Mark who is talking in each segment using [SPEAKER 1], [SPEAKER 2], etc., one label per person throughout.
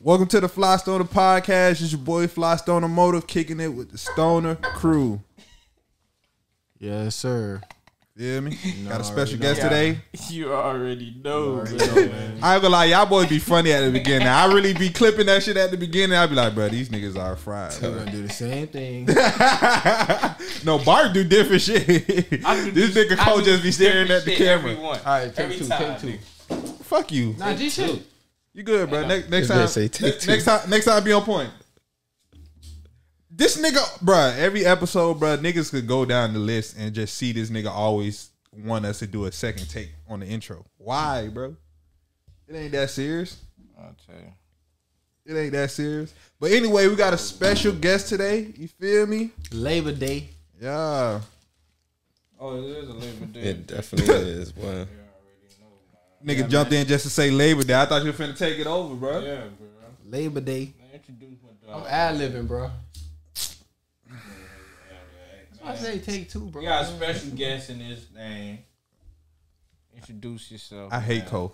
[SPEAKER 1] Welcome to the Fly Stoner Podcast. It's your boy Fly Stoner Motive kicking it with the Stoner Crew.
[SPEAKER 2] Yes, sir.
[SPEAKER 1] Feel me? Got a
[SPEAKER 2] already
[SPEAKER 1] special
[SPEAKER 2] know.
[SPEAKER 1] guest today.
[SPEAKER 3] You already know.
[SPEAKER 2] Already know,
[SPEAKER 3] man.
[SPEAKER 2] man.
[SPEAKER 1] I ain't gonna lie, y'all boys be funny at the beginning. I really be clipping that shit at the beginning. I be like, bro, these niggas are fried.
[SPEAKER 2] We're gonna do the same thing.
[SPEAKER 1] no, Bart do different shit.
[SPEAKER 3] I do
[SPEAKER 1] this nigga
[SPEAKER 3] I
[SPEAKER 1] Cole
[SPEAKER 3] do
[SPEAKER 1] just be staring
[SPEAKER 3] different
[SPEAKER 1] at the
[SPEAKER 3] shit
[SPEAKER 1] camera.
[SPEAKER 3] every one.
[SPEAKER 2] All right, take
[SPEAKER 3] Every
[SPEAKER 2] two, take
[SPEAKER 3] time,
[SPEAKER 2] two.
[SPEAKER 1] Fuck you.
[SPEAKER 2] Nah, Ah, G shit.
[SPEAKER 1] You good, bro? Next, next
[SPEAKER 4] Just better
[SPEAKER 1] time,
[SPEAKER 4] say take
[SPEAKER 1] next,
[SPEAKER 4] two.
[SPEAKER 1] next time, next time, be on point. This nigga, bro. Every episode, bro, niggas could go down the list and just see this nigga always want us to do a second take on the intro. Why, bro? It ain't that serious.
[SPEAKER 3] I'll tell you.
[SPEAKER 1] It ain't that serious. But anyway, we got a special guest today. You feel me?
[SPEAKER 2] Labor Day.
[SPEAKER 1] Yeah.
[SPEAKER 3] Oh, it is a Labor Day.
[SPEAKER 4] It definitely is. Boy.
[SPEAKER 1] Nigga jumped in just to say Labor Day. I thought you were finna take it over, bro.
[SPEAKER 3] Yeah, bro.
[SPEAKER 2] Labor Day.
[SPEAKER 3] Now introduce my
[SPEAKER 2] I'm
[SPEAKER 3] dog.
[SPEAKER 2] ad libbing, bro. I say take two, bro.
[SPEAKER 3] We got a special guest in this thing. Introduce yourself.
[SPEAKER 1] I hate
[SPEAKER 3] man.
[SPEAKER 1] Cole.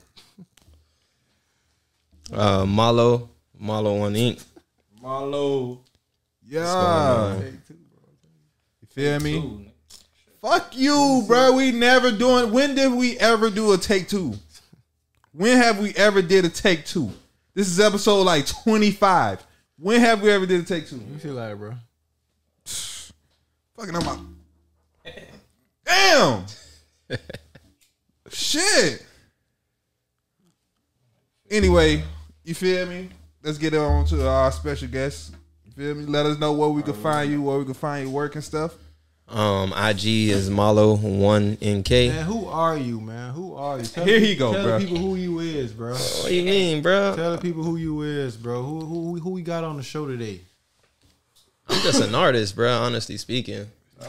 [SPEAKER 4] Uh, Malo, Malo on Ink.
[SPEAKER 3] Marlo.
[SPEAKER 1] Yeah.
[SPEAKER 4] going
[SPEAKER 2] Take two, bro.
[SPEAKER 1] You feel me?
[SPEAKER 3] Ooh,
[SPEAKER 1] Fuck you, bro. We never doing. When did we ever do a take two? When have we ever did a take two? This is episode like twenty five. When have we ever did a take two?
[SPEAKER 2] You feel like, bro?
[SPEAKER 1] Fucking, I'm out. Damn. Shit. Anyway, you feel me? Let's get on to our special guest. You feel me? Let us know where we can find you, where we can find your work and stuff.
[SPEAKER 4] Um, IG is Malo one NK.
[SPEAKER 2] Man, who are you, man? Who are you? Tell
[SPEAKER 1] Here
[SPEAKER 2] the-
[SPEAKER 1] he go,
[SPEAKER 2] tell
[SPEAKER 1] bro.
[SPEAKER 2] the people who you is, bro.
[SPEAKER 4] What do you mean, bro?
[SPEAKER 2] Tell the people who you is, bro. Who who who we got on the show today?
[SPEAKER 4] I'm just an artist, bro. Honestly speaking.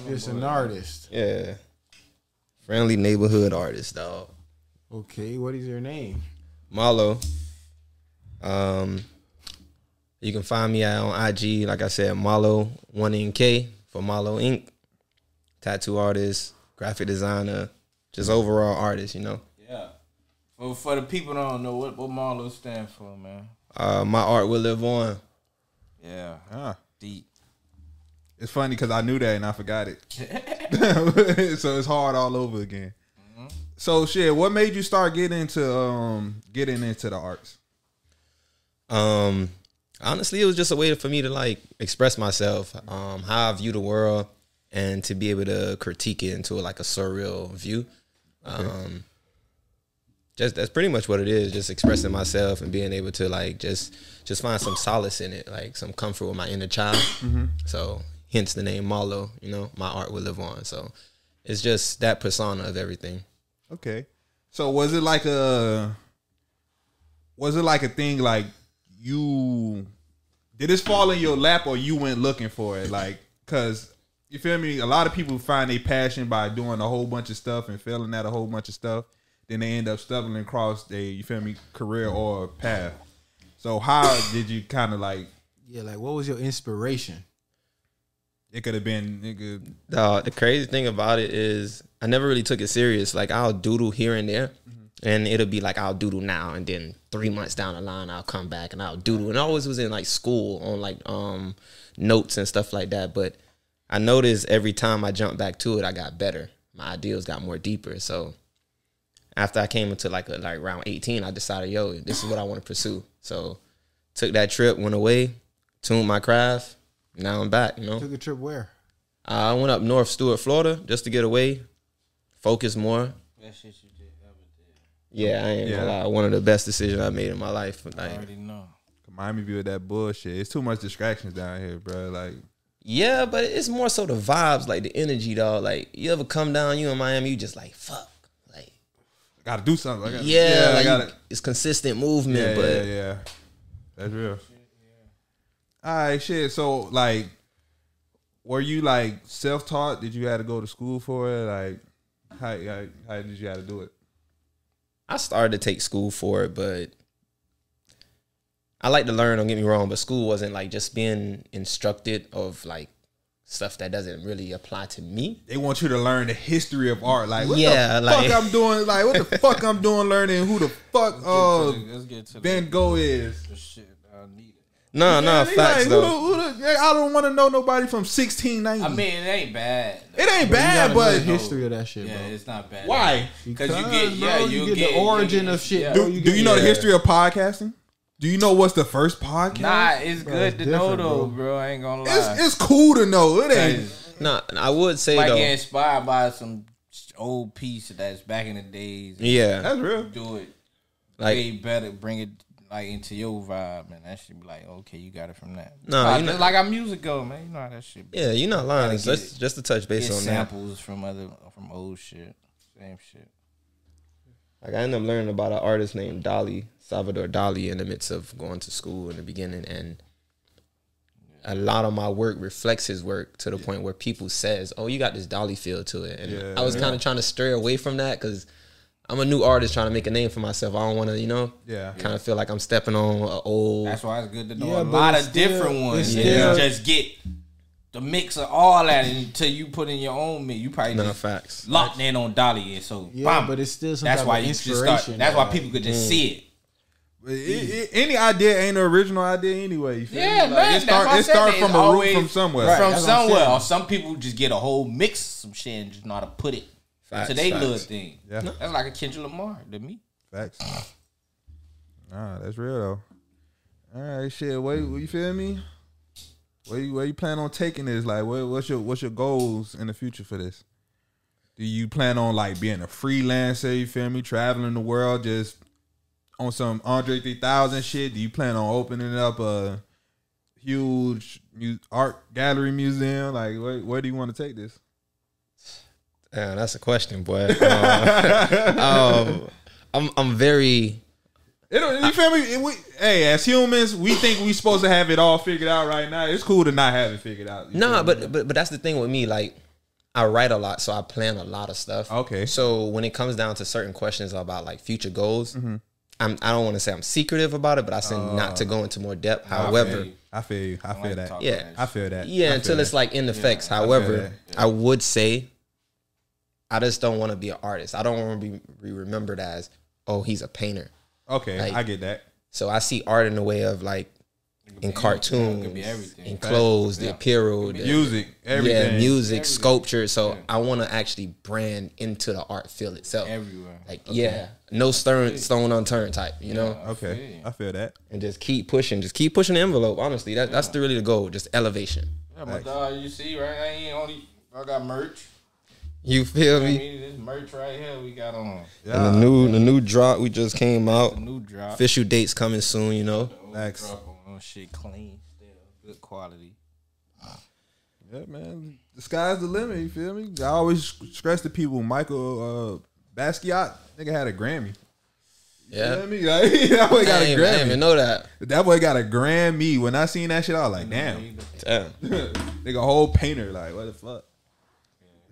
[SPEAKER 2] It's an artist.
[SPEAKER 4] Yeah. Friendly neighborhood artist, dog.
[SPEAKER 2] Okay, what is your name?
[SPEAKER 4] Malo. Um, you can find me out on IG, like I said, Malo one NK for Malo Ink. Tattoo artist, graphic designer, just overall artist, you know.
[SPEAKER 3] Yeah. Well, for the people that don't know what what Marlo stand for, man.
[SPEAKER 4] Uh, my art will live on.
[SPEAKER 3] Yeah.
[SPEAKER 1] Ah.
[SPEAKER 3] Deep.
[SPEAKER 1] It's funny because I knew that and I forgot it. so it's hard all over again. So shit, what made you start getting into um getting into the arts?
[SPEAKER 4] Um, honestly, it was just a way for me to like express myself, um, how I view the world, and to be able to critique it into like a surreal view. Um, just that's pretty much what it is. Just expressing myself and being able to like just just find some solace in it, like some comfort with my inner child. So, hence the name Marlo. You know, my art will live on. So, it's just that persona of everything.
[SPEAKER 1] Okay. So was it like a was it like a thing like you did this fall in your lap or you went looking for it? Like cause you feel me? A lot of people find a passion by doing a whole bunch of stuff and failing at a whole bunch of stuff. Then they end up stumbling across a you feel me career or path. So how did you kind of like
[SPEAKER 2] Yeah, like what was your inspiration?
[SPEAKER 1] It could have been nigga.
[SPEAKER 4] Dawg, the crazy thing about it is I never really took it serious. Like I'll doodle here and there, and it'll be like I'll doodle now, and then three months down the line I'll come back and I'll doodle. And I always was in like school on like um notes and stuff like that. But I noticed every time I jumped back to it, I got better. My ideals got more deeper. So after I came into like a, like round eighteen, I decided, yo, this is what I want to pursue. So took that trip, went away, tuned my craft. Now I'm back. You know.
[SPEAKER 2] Took a trip where?
[SPEAKER 4] Uh, I went up north, Stuart, Florida, just to get away, focus more.
[SPEAKER 3] That shit you did ever
[SPEAKER 4] Yeah, I ain't
[SPEAKER 1] Yeah.
[SPEAKER 4] gonna lie. One of the best decisions I made in my life. Like,
[SPEAKER 3] did. Already know.
[SPEAKER 1] Miami view of that bullshit. It's too much distractions down here, bro. Like
[SPEAKER 4] yeah, but it's more so the vibes, like the energy, dog. Like, you ever come down, you in Miami, you just like, fuck. Like,
[SPEAKER 1] I gotta do something. I gotta,
[SPEAKER 4] yeah,
[SPEAKER 1] I
[SPEAKER 4] like
[SPEAKER 1] gotta.
[SPEAKER 4] you- it's consistent movement,
[SPEAKER 1] yeah,
[SPEAKER 4] but
[SPEAKER 1] yeah, yeah. That's real. All right, shit. So like, were you like self taught? Did you have to go to school for it? Like, how how, how did you have to do it?
[SPEAKER 4] I started to take school for it, but I like to learn. Don't get me wrong, but school wasn't like just being instructed of like stuff that doesn't really apply to me.
[SPEAKER 1] They want you to learn the history of art. Like, what
[SPEAKER 4] Yeah,
[SPEAKER 1] the
[SPEAKER 4] like-
[SPEAKER 1] fuck I'm doing? Like, what the fuck I'm doing? Learning who the fuck
[SPEAKER 3] Let's
[SPEAKER 1] uh
[SPEAKER 3] get to the- let's get to the
[SPEAKER 1] Van Gogh is.
[SPEAKER 3] the shit. uh, I need it.
[SPEAKER 4] No, no,
[SPEAKER 1] They
[SPEAKER 4] facts
[SPEAKER 1] like, who
[SPEAKER 4] though.
[SPEAKER 1] the- who the- yeah, I don't want to know nobody from 1690.
[SPEAKER 3] I mean, it ain't bad.
[SPEAKER 1] it ain't
[SPEAKER 2] Bro, you gotta
[SPEAKER 1] bad,
[SPEAKER 2] know
[SPEAKER 1] Eh, but
[SPEAKER 2] the history of that shit,
[SPEAKER 3] Yeah,
[SPEAKER 2] bro.
[SPEAKER 3] it's not bad.
[SPEAKER 1] why?
[SPEAKER 3] Because you
[SPEAKER 2] Because,
[SPEAKER 3] get,
[SPEAKER 2] bro, you
[SPEAKER 3] yeah, you,
[SPEAKER 2] get the
[SPEAKER 3] get, you
[SPEAKER 2] origin
[SPEAKER 3] get-
[SPEAKER 2] of shit,
[SPEAKER 3] yeah.
[SPEAKER 2] bro.
[SPEAKER 1] Do
[SPEAKER 2] you
[SPEAKER 1] you,
[SPEAKER 2] get-
[SPEAKER 1] know the
[SPEAKER 4] yeah.
[SPEAKER 1] history of podcasting? Do you know what's the first podcast?
[SPEAKER 3] Nah, it's
[SPEAKER 2] Bro,
[SPEAKER 3] good
[SPEAKER 2] it's
[SPEAKER 3] to know
[SPEAKER 2] different,
[SPEAKER 3] though,
[SPEAKER 2] bro.
[SPEAKER 3] bro. I ain't gonna lie.
[SPEAKER 1] It's, it's cool to know. It ain't.
[SPEAKER 4] No, I would say
[SPEAKER 3] like
[SPEAKER 4] though.
[SPEAKER 3] get inspired by some old piece that's back in the days.
[SPEAKER 4] Yeah,
[SPEAKER 1] That's real.
[SPEAKER 3] Do it
[SPEAKER 4] like
[SPEAKER 3] way better. Bring it like into your vibe, and that should be like, okay, you got it from that.
[SPEAKER 4] No,
[SPEAKER 3] like,
[SPEAKER 4] you know-
[SPEAKER 3] like our music go, man. You know how that shit. Be.
[SPEAKER 4] yeah, you're not lying.
[SPEAKER 3] get
[SPEAKER 4] Just, just to touch
[SPEAKER 3] Get
[SPEAKER 4] base on that.
[SPEAKER 3] samples from other from old shit, same shit.
[SPEAKER 4] Like I ended up learning about an artist named Dali, Salvador Dali, in the midst of going to school in the beginning, and a lot of my work reflects his work to the point where people says, "Oh, you got this Dali feel to it," and
[SPEAKER 1] Yeah.
[SPEAKER 4] I was kind of trying to steer away from that because I'm a new artist trying to make a name for myself. I don't want to, you know,
[SPEAKER 1] Yeah.
[SPEAKER 4] kind of feel like I'm stepping on an old.
[SPEAKER 3] That's why it's good to know
[SPEAKER 2] Yeah,
[SPEAKER 3] a
[SPEAKER 2] but
[SPEAKER 3] lot of
[SPEAKER 2] it's still-
[SPEAKER 3] different ones.
[SPEAKER 2] it's
[SPEAKER 3] and you
[SPEAKER 4] still-
[SPEAKER 3] just get the mix of all that until you put in your own mix. You probably
[SPEAKER 4] no
[SPEAKER 3] just
[SPEAKER 4] facts.
[SPEAKER 3] locked in on Dolly, and so
[SPEAKER 2] Yeah,
[SPEAKER 3] bam,
[SPEAKER 2] but it's still some
[SPEAKER 3] that's
[SPEAKER 2] type
[SPEAKER 3] why
[SPEAKER 2] of
[SPEAKER 3] you just start.
[SPEAKER 2] inspiration,
[SPEAKER 3] That's why
[SPEAKER 2] like,
[SPEAKER 3] people could
[SPEAKER 4] Mm.
[SPEAKER 3] just see it.
[SPEAKER 1] It- it- any idea ain't an original idea anyway. You feel me?
[SPEAKER 3] Yeah, man.
[SPEAKER 1] It start,
[SPEAKER 3] that's
[SPEAKER 1] it start from a root
[SPEAKER 3] room
[SPEAKER 1] from somewhere.
[SPEAKER 2] Right.
[SPEAKER 3] From
[SPEAKER 2] that's what I'm
[SPEAKER 3] somewhere.
[SPEAKER 2] saying.
[SPEAKER 3] Or some people just get a whole mix of some shit and just know how to put it
[SPEAKER 4] Facts,
[SPEAKER 3] into their
[SPEAKER 4] facts.
[SPEAKER 3] little thing.
[SPEAKER 1] Yeah.
[SPEAKER 3] That's like a Kendrick Lamar to me.
[SPEAKER 1] Facts. Nah, that's real though. All right, shit. What you you feel me? Where you where you plan on taking this? Like, what, what's your what's your goals in the future for this? Do you plan on like being a freelancer? You feel me? Traveling the world, just on some Andre three thousand shit. Do you plan on opening up a huge mu- art gallery museum? Like, where, where do you want to take this?
[SPEAKER 4] Yeah, that's a question, boy. Uh, um, I'm I'm very
[SPEAKER 1] It don't, you feel me? It- we, hey, as humans, we think we supposed to have it all figured out right now. It's cool to not have it figured out. You
[SPEAKER 4] No,
[SPEAKER 1] feel me?
[SPEAKER 4] but but but that's the thing with me. Like, I write a lot, so I plan a lot of stuff.
[SPEAKER 1] Okay.
[SPEAKER 4] So when it comes down to certain questions about like future goals,
[SPEAKER 1] Mm-hmm.
[SPEAKER 4] I'm- I don't want to say I'm secretive about it, but I say not to go into more depth. However,
[SPEAKER 1] Uh, I feel you. I feel
[SPEAKER 3] like
[SPEAKER 1] that.
[SPEAKER 3] talking.
[SPEAKER 4] yeah,
[SPEAKER 1] I feel that.
[SPEAKER 4] yeah,
[SPEAKER 1] I
[SPEAKER 4] until
[SPEAKER 1] feel
[SPEAKER 4] it's like in effects. However, I would say I just don't want to be an artist. I don't want to be, be remembered as oh he's a painter.
[SPEAKER 1] that. okay.
[SPEAKER 4] like-
[SPEAKER 1] I get that.
[SPEAKER 4] So I see art in the way of like in cartoons,
[SPEAKER 3] be everything.
[SPEAKER 4] in clothes, the apparel, the,
[SPEAKER 1] Music, everything.
[SPEAKER 4] Yeah, music, sculpture. So I want to actually brand into the art field itself.
[SPEAKER 3] Everywhere.
[SPEAKER 4] Like, yeah, no stone, stone unturned type, you know,
[SPEAKER 1] Okay, I feel that.
[SPEAKER 4] and just keep pushing, just keep pushing the envelope. Honestly, that, that's the, really the goal, just elevation.
[SPEAKER 3] Yeah, my dog, you see, right? I ain't only I got merch.
[SPEAKER 4] You feel
[SPEAKER 3] I
[SPEAKER 4] me?
[SPEAKER 3] mean, this merch right here we got on
[SPEAKER 1] Yeah.
[SPEAKER 4] And the new, the new drop we just came out.
[SPEAKER 3] the new drop.
[SPEAKER 4] Official dates coming soon, you know.
[SPEAKER 1] Facts.
[SPEAKER 3] Drop on oh, shit clean, still good quality.
[SPEAKER 1] Yeah, man. The sky's the limit. You feel me? I always stress to people. Michael uh, Basquiat, nigga had a Grammy. You
[SPEAKER 4] Yeah,
[SPEAKER 1] feel me? Like, that boy got a
[SPEAKER 4] Damn, I didn't even
[SPEAKER 1] Grammy.
[SPEAKER 4] know that.
[SPEAKER 1] That boy got a Grammy. When I seen that shit, I was like, damn.
[SPEAKER 4] Damn.
[SPEAKER 1] Nigga, whole painter. Like, what the fuck?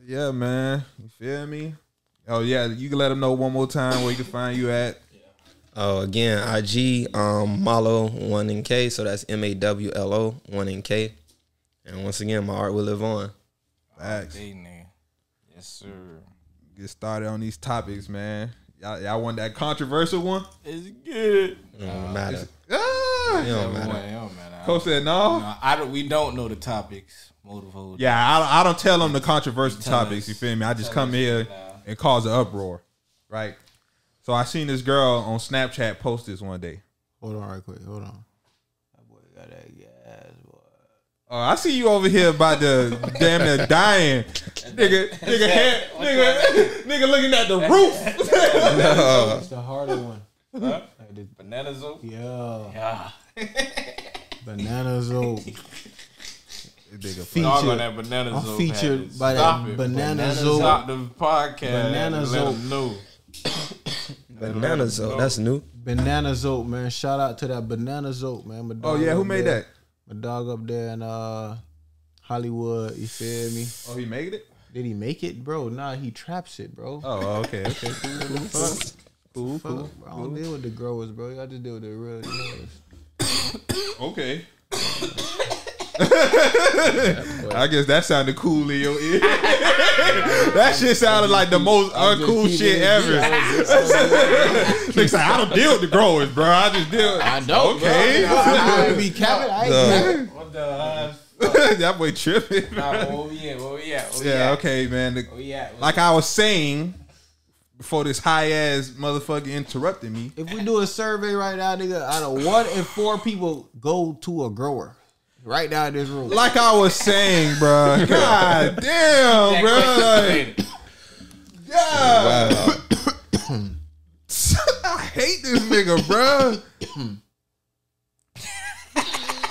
[SPEAKER 1] Yeah, man. You feel me? Oh, yeah. You can let them know one more time where you can find you at.
[SPEAKER 4] Oh, again, IG um, Malo one in K. So that's M A W L O one in K. And once again, my art will live on.
[SPEAKER 1] Facts.
[SPEAKER 3] They name. Yes, sir.
[SPEAKER 1] Get started on these topics, man. Y'all, y'all want that controversial one?
[SPEAKER 3] It's good.
[SPEAKER 4] It don't matter. It
[SPEAKER 1] Ah!
[SPEAKER 4] don't
[SPEAKER 3] Boy, it
[SPEAKER 4] matter.
[SPEAKER 3] don't matter.
[SPEAKER 1] Coach said no.
[SPEAKER 3] No, I don't, we don't know the topics. Motive hold.
[SPEAKER 1] Yeah, I, I don't tell them the controversial topics.
[SPEAKER 3] us.
[SPEAKER 1] You feel me? I just
[SPEAKER 3] Tell
[SPEAKER 1] come
[SPEAKER 3] us
[SPEAKER 1] here
[SPEAKER 3] now.
[SPEAKER 1] and cause an uproar, right? So I seen this girl on Snapchat post this one day.
[SPEAKER 2] Hold on, right quick. Hold on.
[SPEAKER 1] Oh, I see you over here about the damn near dying, nigga, nigga, head, nigga, nigga, looking at the roof.
[SPEAKER 2] It's the harder one. Like the-
[SPEAKER 3] Bananas open.
[SPEAKER 2] yeah,
[SPEAKER 3] Yeah.
[SPEAKER 2] banana zoe.
[SPEAKER 3] Dog on
[SPEAKER 2] Featured.
[SPEAKER 3] that banana
[SPEAKER 2] I'm
[SPEAKER 3] zone.
[SPEAKER 2] featured
[SPEAKER 3] package.
[SPEAKER 2] by
[SPEAKER 3] Stop
[SPEAKER 2] that
[SPEAKER 3] it.
[SPEAKER 2] banana zoe.
[SPEAKER 3] Stop the podcast.
[SPEAKER 2] Banana
[SPEAKER 3] Let
[SPEAKER 2] zone.
[SPEAKER 3] them know.
[SPEAKER 4] Banana Zoe, that's new.
[SPEAKER 2] Banana zoe, man. Shout out to that banana zoe, man. My
[SPEAKER 1] Oh
[SPEAKER 2] dog
[SPEAKER 1] yeah, who
[SPEAKER 2] up
[SPEAKER 1] made
[SPEAKER 2] there-
[SPEAKER 1] that?
[SPEAKER 2] My dog up there in uh Hollywood. You feel me?
[SPEAKER 1] Oh, he made it.
[SPEAKER 2] Did he make it, bro? Nah, he traps it, bro.
[SPEAKER 1] Oh, okay, okay, cool, cool,
[SPEAKER 2] Fuck,
[SPEAKER 1] cool,
[SPEAKER 2] bro, I don't deal with the growers, bro. I just deal with the real dealers.
[SPEAKER 1] okay. I guess that sounded cool in your ear. that shit sounded like the most uncool shit ever. Niggas like, I don't deal with the growers, bro. I just deal.
[SPEAKER 2] I don't.
[SPEAKER 1] Okay.
[SPEAKER 2] bro. I, I be capping. I ain't capping.
[SPEAKER 3] What the hell? Oh,
[SPEAKER 1] that boy tripping.
[SPEAKER 3] Nah,
[SPEAKER 1] bro.
[SPEAKER 3] where we at? Where we at? Where we
[SPEAKER 1] Yeah.
[SPEAKER 3] at?
[SPEAKER 1] Okay, man. The-
[SPEAKER 3] Where we at?
[SPEAKER 1] like I was saying before this high ass motherfucker interrupted me.
[SPEAKER 2] If we do a survey right now, nigga, out of one in four people go to a grower. Right now in this room.
[SPEAKER 1] Like I was saying, bro. God damn,
[SPEAKER 3] That
[SPEAKER 1] bro. Like,
[SPEAKER 3] question-
[SPEAKER 1] yeah. I hate this nigga, bro.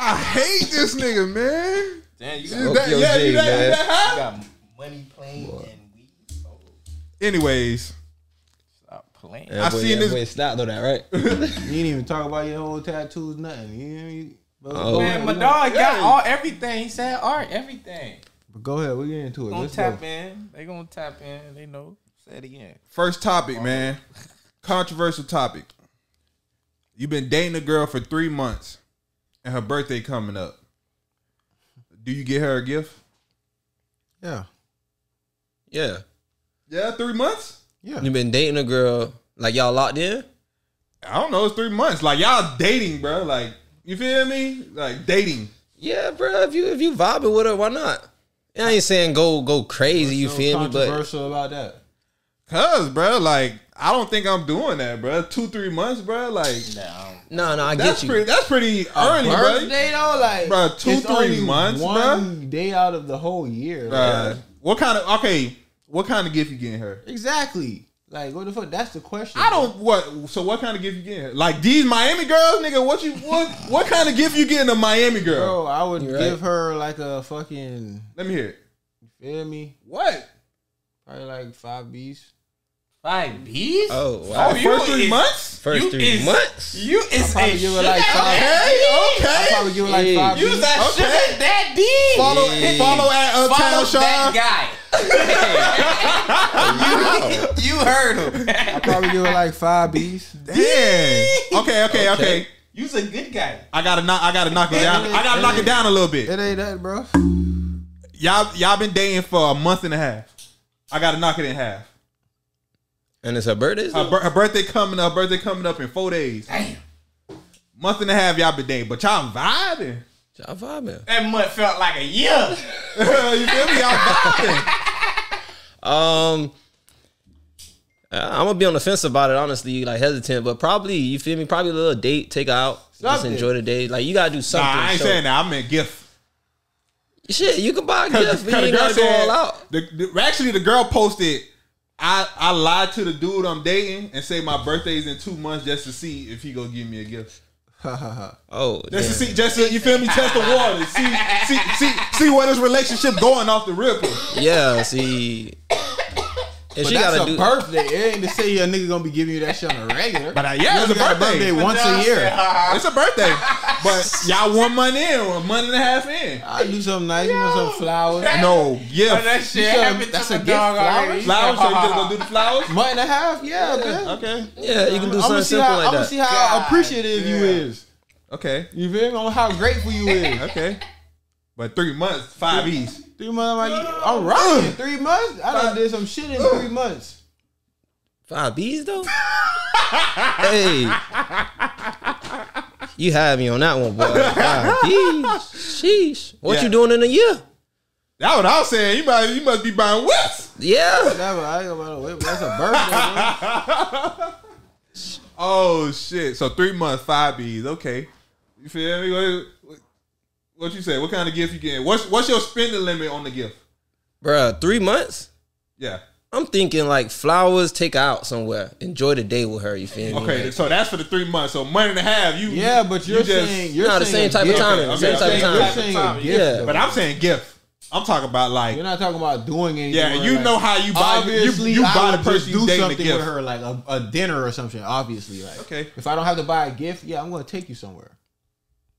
[SPEAKER 1] I hate this nigga, man.
[SPEAKER 3] Damn, you
[SPEAKER 1] Is
[SPEAKER 3] got, you
[SPEAKER 4] Up
[SPEAKER 1] that-
[SPEAKER 4] your
[SPEAKER 1] yeah, you
[SPEAKER 4] jig,
[SPEAKER 1] that- you
[SPEAKER 4] man.
[SPEAKER 1] that high?
[SPEAKER 3] got money playing and we oh,
[SPEAKER 1] Anyways,
[SPEAKER 3] stop playing.
[SPEAKER 1] I seen this-
[SPEAKER 4] Stop know that, right?
[SPEAKER 2] you didn't even talk about your whole tattoos, nothing. You know, you, but,
[SPEAKER 4] Oh.
[SPEAKER 2] go
[SPEAKER 3] Man,
[SPEAKER 2] ahead,
[SPEAKER 3] my
[SPEAKER 2] we-
[SPEAKER 3] dog got
[SPEAKER 1] Yeah.
[SPEAKER 3] all everything. He said art, everything.
[SPEAKER 2] but go ahead, we get into it.
[SPEAKER 3] Gonna
[SPEAKER 2] Let's
[SPEAKER 3] tap
[SPEAKER 2] go.
[SPEAKER 3] in. They gonna tap in. They know. Say it again.
[SPEAKER 1] first topic, man. Controversial topic. You've been dating a girl for three months, and her birthday coming up. Do you get her a gift?
[SPEAKER 2] Yeah.
[SPEAKER 4] yeah.
[SPEAKER 1] Yeah, three months.
[SPEAKER 2] Yeah.
[SPEAKER 4] You've been dating a girl, like y'all locked in?
[SPEAKER 1] I don't know. It's three months. Like y'all dating, bro. Like you feel me? Like dating.
[SPEAKER 4] Yeah, bro. If you if you vibing with her, why not? I ain't saying go go crazy, you
[SPEAKER 2] So
[SPEAKER 4] feel me? But
[SPEAKER 2] controversial about that.
[SPEAKER 1] Cause, bro, like I don't think I'm doing that, bro. Two, three months, bro. Like
[SPEAKER 3] Now,
[SPEAKER 4] no, no, I
[SPEAKER 1] that's
[SPEAKER 4] get you.
[SPEAKER 1] pretty. That's pretty early, bro.
[SPEAKER 2] Birthday though, like
[SPEAKER 1] Bro, two,
[SPEAKER 2] it's
[SPEAKER 1] three
[SPEAKER 2] only
[SPEAKER 1] months,
[SPEAKER 2] one day out of the whole year.
[SPEAKER 1] Uh,
[SPEAKER 2] like-
[SPEAKER 1] what kind of okay? What kind of gift you getting her?
[SPEAKER 2] exactly. Like what the fuck? That's the question.
[SPEAKER 1] I don't what. So what kind of gift you getting her? Like these Miami girls, nigga. What you what? what kind of gift you getting a Miami girl?
[SPEAKER 2] bro. I would
[SPEAKER 4] You're
[SPEAKER 2] give her like a fucking
[SPEAKER 1] Let me hear it.
[SPEAKER 2] feel me,
[SPEAKER 1] What?
[SPEAKER 2] probably like five B's.
[SPEAKER 3] five B's.
[SPEAKER 4] Oh wow.
[SPEAKER 3] Oh, you
[SPEAKER 1] Uh, First three
[SPEAKER 3] is-
[SPEAKER 1] months.
[SPEAKER 4] First
[SPEAKER 3] you
[SPEAKER 4] three
[SPEAKER 3] is-
[SPEAKER 4] months.
[SPEAKER 3] You is
[SPEAKER 2] probably
[SPEAKER 3] a
[SPEAKER 2] give her like
[SPEAKER 3] sugar
[SPEAKER 2] five.
[SPEAKER 1] Hey,
[SPEAKER 2] I
[SPEAKER 1] okay.
[SPEAKER 2] probably give her like
[SPEAKER 4] Yeah.
[SPEAKER 2] five
[SPEAKER 3] You
[SPEAKER 2] B's.
[SPEAKER 3] that
[SPEAKER 1] Okay.
[SPEAKER 3] sugar daddy.
[SPEAKER 1] Follow
[SPEAKER 4] Yeah.
[SPEAKER 1] follow at uh,
[SPEAKER 3] Follow
[SPEAKER 1] Town
[SPEAKER 3] that
[SPEAKER 1] Shine.
[SPEAKER 3] guy. you, you heard
[SPEAKER 2] I
[SPEAKER 3] him.
[SPEAKER 2] probably give her like five B's.
[SPEAKER 1] Damn. Okay, okay, okay.
[SPEAKER 3] You's a good guy.
[SPEAKER 1] I gotta knock. I gotta knock it down. I gotta knock it down a little bit.
[SPEAKER 2] It ain't that, bro.
[SPEAKER 1] Y'all, y'all been dating for a month and a half. I gotta knock it in half.
[SPEAKER 4] And it's her birthday.
[SPEAKER 1] Her, bir- her birthday coming up. Birthday coming up in four days.
[SPEAKER 3] Damn.
[SPEAKER 1] Month and a half. Y'all been dating, but y'all vibing.
[SPEAKER 4] Y'all vibing.
[SPEAKER 3] That month felt like a year.
[SPEAKER 1] you feel me? Y'all vibing.
[SPEAKER 4] Um, I'm gonna be on the fence about it, honestly, like hesitant, but probably you feel me. Probably a little date, take her out, just
[SPEAKER 2] Something.
[SPEAKER 4] enjoy the day. Like you gotta do
[SPEAKER 1] Nah,
[SPEAKER 4] something.
[SPEAKER 1] I ain't
[SPEAKER 4] so-
[SPEAKER 1] saying that. I meant gift.
[SPEAKER 4] Shit, you can buy a gift. but You
[SPEAKER 1] Kinda
[SPEAKER 4] ain't gotta go all out.
[SPEAKER 1] the- the- actually, the girl posted. I, I lied to the dude I'm dating and say my birthday's in two months just to see if he gonna give me a gift.
[SPEAKER 4] Oh,
[SPEAKER 1] Just to
[SPEAKER 4] damn.
[SPEAKER 1] see, just to, you feel me? Test the water. See, see, see, see where this relationship going off the ripple.
[SPEAKER 4] yeah. See, and
[SPEAKER 2] But
[SPEAKER 4] she
[SPEAKER 2] that's
[SPEAKER 4] gotta
[SPEAKER 2] a
[SPEAKER 4] do.
[SPEAKER 2] birthday. It ain't to say your nigga gonna be giving you that shit on a regular.
[SPEAKER 1] But uh, yeah, it's a
[SPEAKER 2] You got
[SPEAKER 1] birthday. Uh-huh.
[SPEAKER 2] once a year.
[SPEAKER 1] It's a birthday. But y'all one month in or a month and a half in.
[SPEAKER 2] I do something nice. You know, some flowers.
[SPEAKER 1] No,
[SPEAKER 3] that
[SPEAKER 1] yeah.
[SPEAKER 3] shit
[SPEAKER 2] You sure
[SPEAKER 3] happened
[SPEAKER 2] that's
[SPEAKER 3] to
[SPEAKER 2] a
[SPEAKER 3] my
[SPEAKER 2] gift,
[SPEAKER 3] dog already.
[SPEAKER 1] Flowers,
[SPEAKER 2] flowers?
[SPEAKER 1] so you just gonna do the flowers?
[SPEAKER 2] Month and a half. Yeah, man.
[SPEAKER 1] Okay.
[SPEAKER 4] Yeah, you can do
[SPEAKER 2] I'm
[SPEAKER 4] something
[SPEAKER 2] gonna see
[SPEAKER 4] simple
[SPEAKER 2] how,
[SPEAKER 4] like
[SPEAKER 2] I'm gonna
[SPEAKER 4] that.
[SPEAKER 2] see how
[SPEAKER 3] God
[SPEAKER 2] appreciative you
[SPEAKER 3] damn.
[SPEAKER 2] is.
[SPEAKER 1] Okay.
[SPEAKER 2] You feel me? On how grateful you is.
[SPEAKER 1] Okay. But three months, five E's.
[SPEAKER 2] Three months, I'm like, I'm rocking. Three months? I done did some shit in three months.
[SPEAKER 4] Five B's though. hey, you had me on that one, boy. Five B's. Sheesh. What
[SPEAKER 1] Yeah.
[SPEAKER 4] you doing in a year?
[SPEAKER 1] That's what I was saying. You must, you must be buying whips.
[SPEAKER 4] Yeah.
[SPEAKER 2] That was, I ain't about to wait, but that's a birthday.
[SPEAKER 1] Oh shit! So three months, five B's. Okay. You feel me? What, what you say? What kind of gift you getting? What's what's your spending limit on the gift?
[SPEAKER 4] Bruh, three months?
[SPEAKER 1] Yeah.
[SPEAKER 4] I'm thinking like flowers, take her out somewhere. Enjoy the day with her, you feel me?
[SPEAKER 1] Okay,
[SPEAKER 4] Like,
[SPEAKER 1] so that's for the three months. So month and a half. You
[SPEAKER 2] bro. yeah, but you're
[SPEAKER 1] you just-
[SPEAKER 2] saying you're
[SPEAKER 4] Nah, the
[SPEAKER 2] saying
[SPEAKER 4] same type
[SPEAKER 2] a
[SPEAKER 4] of
[SPEAKER 2] gift.
[SPEAKER 4] timing.
[SPEAKER 1] okay,
[SPEAKER 4] same
[SPEAKER 1] okay,
[SPEAKER 4] type of
[SPEAKER 1] okay.
[SPEAKER 4] timing.
[SPEAKER 2] You're saying
[SPEAKER 3] Type
[SPEAKER 2] a
[SPEAKER 3] of
[SPEAKER 2] gift.
[SPEAKER 4] timing.
[SPEAKER 2] though.
[SPEAKER 1] but I'm saying gift. I'm talking about like
[SPEAKER 2] You're not talking about doing anything.
[SPEAKER 1] yeah,
[SPEAKER 2] with
[SPEAKER 1] you
[SPEAKER 2] her, like,
[SPEAKER 1] know how you buy you,
[SPEAKER 2] obviously
[SPEAKER 1] you
[SPEAKER 2] I
[SPEAKER 1] buy
[SPEAKER 2] would
[SPEAKER 1] the
[SPEAKER 2] just
[SPEAKER 1] person you
[SPEAKER 2] do
[SPEAKER 1] dating the
[SPEAKER 2] something
[SPEAKER 1] gift.
[SPEAKER 2] with her, like a, a dinner or something. Obviously, like
[SPEAKER 1] Okay.
[SPEAKER 2] if I don't have to buy a gift, yeah, I'm gonna take you somewhere.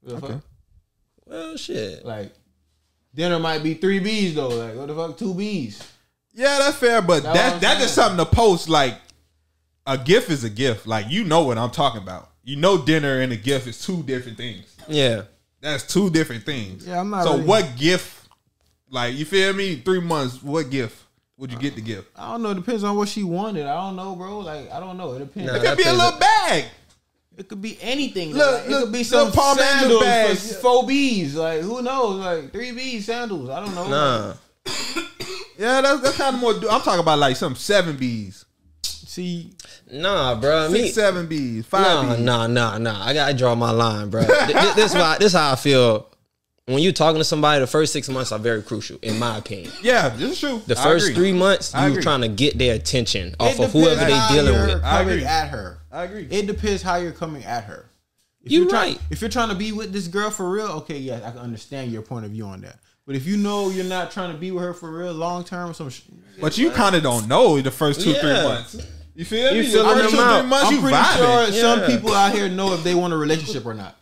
[SPEAKER 2] What the fuck?
[SPEAKER 4] Well, shit.
[SPEAKER 2] Like dinner might be three B's though. Like what the fuck, two B's.
[SPEAKER 1] Yeah, that's fair, but
[SPEAKER 2] That's what
[SPEAKER 1] that
[SPEAKER 2] I'm
[SPEAKER 1] that's just
[SPEAKER 2] saying.
[SPEAKER 1] something to post. Like a gift is a gift. Like you know what I'm talking about. You know, dinner and a gift is two different things.
[SPEAKER 4] Yeah.
[SPEAKER 1] That's two different things.
[SPEAKER 2] Yeah, I'm not
[SPEAKER 1] So
[SPEAKER 2] really-
[SPEAKER 1] what gift? Like you feel me? Three months. What gift? Would you get the gift?
[SPEAKER 2] I don't know. It depends on what she wanted. I don't know, bro. Like I don't know. It depends.
[SPEAKER 4] Nah.
[SPEAKER 1] It could be a
[SPEAKER 4] That
[SPEAKER 1] little bag.
[SPEAKER 2] It could be anything.
[SPEAKER 1] Look,
[SPEAKER 2] like,
[SPEAKER 1] look,
[SPEAKER 2] it could be
[SPEAKER 1] look,
[SPEAKER 2] some
[SPEAKER 1] Palm Angel
[SPEAKER 2] sandals,
[SPEAKER 1] bags.
[SPEAKER 2] for four B's. Like who knows? Like three B's sandals. I don't know.
[SPEAKER 4] Nah,
[SPEAKER 1] Yeah, that's that's kind of more. I'm talking about like some seven Bs,
[SPEAKER 2] See,
[SPEAKER 4] nah, bro.
[SPEAKER 1] six,
[SPEAKER 4] Me,
[SPEAKER 1] seven Bs, five
[SPEAKER 4] nah,
[SPEAKER 1] Bs.
[SPEAKER 4] nah, nah, nah. I gotta draw my line, bro. Th- th- this, why, this how I feel. When you're talking to somebody, the first six months are very crucial, in my opinion.
[SPEAKER 1] Yeah, this is true.
[SPEAKER 4] The
[SPEAKER 1] I
[SPEAKER 4] first
[SPEAKER 1] agree.
[SPEAKER 4] three months,
[SPEAKER 1] I
[SPEAKER 4] you're
[SPEAKER 1] agree.
[SPEAKER 4] trying to get their attention off
[SPEAKER 2] it
[SPEAKER 4] of whoever
[SPEAKER 2] depends
[SPEAKER 4] they're
[SPEAKER 2] how
[SPEAKER 4] dealing
[SPEAKER 2] you're
[SPEAKER 4] with.
[SPEAKER 1] I
[SPEAKER 2] coming
[SPEAKER 1] agree.
[SPEAKER 2] At her,
[SPEAKER 1] I agree.
[SPEAKER 2] It depends how you're coming at her. If
[SPEAKER 4] You
[SPEAKER 2] you're try-
[SPEAKER 4] right.
[SPEAKER 2] if you're trying to be with this girl for real, okay, yes, I can understand your point of view on that. But if you know you're not trying to be with her for real long term, or some sh-
[SPEAKER 1] But you kind of don't know the first two, three
[SPEAKER 4] Yeah.
[SPEAKER 1] months. You feel
[SPEAKER 4] You
[SPEAKER 1] me?
[SPEAKER 4] feeling
[SPEAKER 1] the first
[SPEAKER 4] them
[SPEAKER 1] two,
[SPEAKER 4] out.
[SPEAKER 1] three months,
[SPEAKER 2] I'm
[SPEAKER 1] you
[SPEAKER 2] pretty
[SPEAKER 1] vibing.
[SPEAKER 2] sure some
[SPEAKER 4] Yeah.
[SPEAKER 2] people out here know if they want a relationship or not.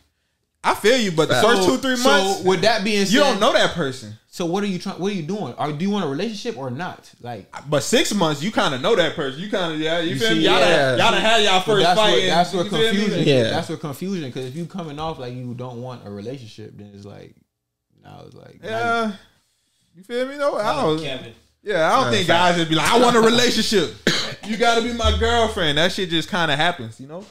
[SPEAKER 1] I feel you, but the first
[SPEAKER 2] So-
[SPEAKER 1] two, three months,
[SPEAKER 2] So with that being said,
[SPEAKER 1] you don't know that person.
[SPEAKER 2] So what are you trying? What are you doing? Are do you want a relationship or not? Like
[SPEAKER 1] But six months, you kind of know that person. You kind of yeah, you, feel
[SPEAKER 2] see,
[SPEAKER 1] me? Y'all,
[SPEAKER 4] yeah.
[SPEAKER 1] done, y'all done had y'all first
[SPEAKER 2] that's
[SPEAKER 1] fight.
[SPEAKER 2] what
[SPEAKER 1] and-
[SPEAKER 2] that's what
[SPEAKER 1] you feel me?
[SPEAKER 2] confusion.
[SPEAKER 4] Yeah.
[SPEAKER 2] That's what confusion. Because if you coming off like you don't want a relationship, then it's like now it's like now you-
[SPEAKER 1] Yeah, you feel me though? I
[SPEAKER 3] Oh,
[SPEAKER 1] don't.
[SPEAKER 3] Kevin.
[SPEAKER 1] Yeah, I don't think guys would be like, I want a relationship. you got to be my girlfriend. That shit just kind of happens, you know.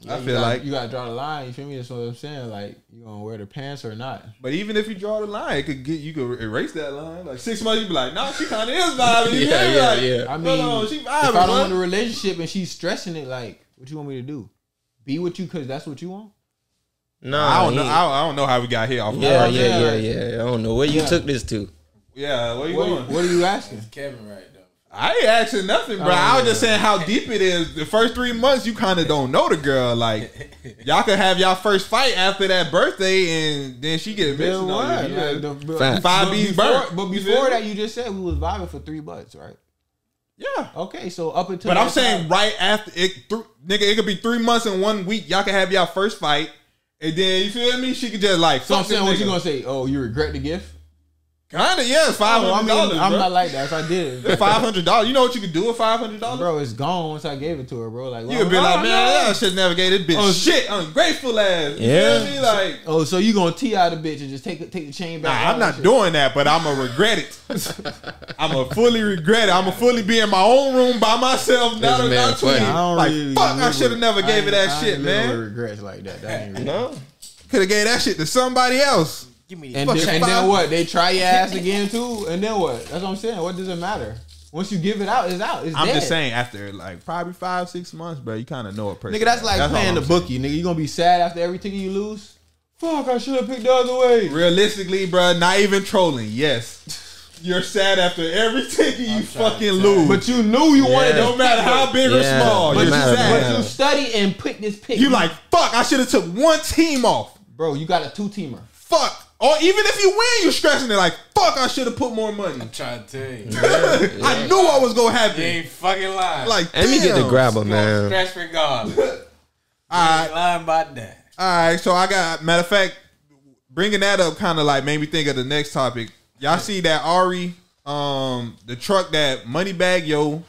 [SPEAKER 2] yeah,
[SPEAKER 1] I
[SPEAKER 2] you
[SPEAKER 1] feel
[SPEAKER 2] gotta-
[SPEAKER 1] like-
[SPEAKER 2] you gotta draw the line. You feel me? That's what I'm saying. Like you gonna wear the pants or not?
[SPEAKER 1] But even if you draw the line, it could get you could erase that line. Like six months, you'd be like, nah, she kind of is vibing. You
[SPEAKER 4] Yeah,
[SPEAKER 1] feel me?
[SPEAKER 4] yeah,
[SPEAKER 1] Like,
[SPEAKER 4] yeah.
[SPEAKER 2] I
[SPEAKER 1] hold
[SPEAKER 2] mean,
[SPEAKER 1] on, she
[SPEAKER 2] if
[SPEAKER 1] vibing,
[SPEAKER 2] I don't
[SPEAKER 1] bro.
[SPEAKER 2] want a relationship and she's stressing it, like what you want me to do? Be with you because that's what you want.
[SPEAKER 4] Nah,
[SPEAKER 1] I don't know.
[SPEAKER 4] he-
[SPEAKER 1] I don't, I don't know how we got here. Off of
[SPEAKER 4] yeah,
[SPEAKER 1] yeah,
[SPEAKER 4] yeah, yeah,
[SPEAKER 2] yeah.
[SPEAKER 4] yeah. I don't know where you
[SPEAKER 2] Yeah.
[SPEAKER 4] took this to.
[SPEAKER 1] yeah. Where you
[SPEAKER 2] What,
[SPEAKER 1] going?
[SPEAKER 2] what are you asking?
[SPEAKER 3] Kevin right though.
[SPEAKER 1] I ain't asking nothing, bro. I was just saying how deep it is. The first three months, you kind of don't know the girl. Like y'all could have y'all first fight after that birthday, and then she get
[SPEAKER 2] Bill,
[SPEAKER 1] mixing on
[SPEAKER 2] what?
[SPEAKER 1] you.
[SPEAKER 2] Like,
[SPEAKER 1] Yeah.
[SPEAKER 2] the- but-
[SPEAKER 4] Facts.
[SPEAKER 1] Five
[SPEAKER 2] but
[SPEAKER 1] B's
[SPEAKER 2] before-
[SPEAKER 1] burnt.
[SPEAKER 2] But
[SPEAKER 1] You feel
[SPEAKER 2] before
[SPEAKER 1] me?
[SPEAKER 2] that, you just said we was vibing for three bucks, right?
[SPEAKER 1] yeah.
[SPEAKER 2] Okay, so up until
[SPEAKER 1] But I'm
[SPEAKER 2] that
[SPEAKER 1] saying
[SPEAKER 2] time-
[SPEAKER 1] right after it, th- nigga, it could be three months and one week. Y'all could have y'all first fight, and then you feel me? She could just like.
[SPEAKER 2] So I'm
[SPEAKER 1] fuck this
[SPEAKER 2] saying, what you
[SPEAKER 1] nigga.
[SPEAKER 2] gonna say? Oh, you regret the gift?
[SPEAKER 1] Kinda, yeah, five
[SPEAKER 2] Oh, I
[SPEAKER 1] hundred
[SPEAKER 2] mean,
[SPEAKER 1] dollars.
[SPEAKER 2] I'm not like that. If I did, it,
[SPEAKER 1] five hundred dollars. You know what you could do with five hundred dollars?
[SPEAKER 2] bro, it's gone once I gave it to her, bro. Like
[SPEAKER 1] You
[SPEAKER 2] why-
[SPEAKER 1] could be
[SPEAKER 2] oh,
[SPEAKER 1] like, man,
[SPEAKER 2] no.
[SPEAKER 1] I should never gave this bitch
[SPEAKER 2] Oh,
[SPEAKER 1] shit, ungrateful ass. You feel
[SPEAKER 4] Yeah.
[SPEAKER 1] me? Like,
[SPEAKER 2] Oh, so you gonna tee out the bitch and just take take the chain back?
[SPEAKER 1] nah, I'm not doing that, but I'm gonna regret it. I'm gonna fully regret it. I'm gonna fully be in my own room by myself, not
[SPEAKER 4] man
[SPEAKER 1] not
[SPEAKER 4] funny.
[SPEAKER 1] tweeting.
[SPEAKER 4] I
[SPEAKER 2] don't
[SPEAKER 1] Like,
[SPEAKER 2] really
[SPEAKER 1] fuck, I
[SPEAKER 2] live
[SPEAKER 1] should have
[SPEAKER 2] with-
[SPEAKER 1] never gave
[SPEAKER 2] ain't-
[SPEAKER 1] her that
[SPEAKER 2] I
[SPEAKER 1] shit,
[SPEAKER 2] ain't live
[SPEAKER 1] man.
[SPEAKER 2] with regrets like that. That ain't real.
[SPEAKER 4] No,
[SPEAKER 1] Could have gave that shit to somebody else.
[SPEAKER 3] Give me
[SPEAKER 2] And,
[SPEAKER 1] Fucking
[SPEAKER 2] then, and
[SPEAKER 1] five.
[SPEAKER 2] then what? They try your ass again too, and then what? That's what I'm saying. What does it matter? Once you give it out, it's out. It's
[SPEAKER 1] I'm
[SPEAKER 2] dead.
[SPEAKER 1] just saying, after like probably five, six months, bro, you kind of know a person.
[SPEAKER 2] Nigga, that's like
[SPEAKER 1] all
[SPEAKER 2] playing the
[SPEAKER 1] I'm
[SPEAKER 2] bookie. Nigga, you gonna be sad after every ticket you lose? Fuck, I should have picked the other way.
[SPEAKER 1] saying. Realistically, bro, not even trolling. Yes, you're sad after every ticket you fucking lose.
[SPEAKER 2] But you knew you wanted
[SPEAKER 4] Yeah.
[SPEAKER 1] no
[SPEAKER 2] to,
[SPEAKER 1] matter how big or
[SPEAKER 4] Yeah,
[SPEAKER 1] small,
[SPEAKER 4] no
[SPEAKER 1] you're
[SPEAKER 4] matter
[SPEAKER 1] sad.
[SPEAKER 2] but you study and pick this pick.
[SPEAKER 1] You like fuck. I should have took one team off.
[SPEAKER 2] bro, you got a two teamer.
[SPEAKER 1] Fuck. Or even if you win, you're stressing it like fuck. I should have put more money.
[SPEAKER 3] I'm trying to tell you.
[SPEAKER 1] I knew I was gonna
[SPEAKER 3] You
[SPEAKER 1] happen.
[SPEAKER 3] ain't fucking lying.
[SPEAKER 1] Like,
[SPEAKER 4] let me get the
[SPEAKER 1] damn.
[SPEAKER 4] grabber,
[SPEAKER 3] man.
[SPEAKER 4] oh, man.
[SPEAKER 3] Stress regardless.
[SPEAKER 1] All right,
[SPEAKER 3] lying about that.
[SPEAKER 1] all right. So I got matter of fact, bringing that up kind of like made me think of the next topic. Y'all see that Ari, um, the truck that Moneybag Yo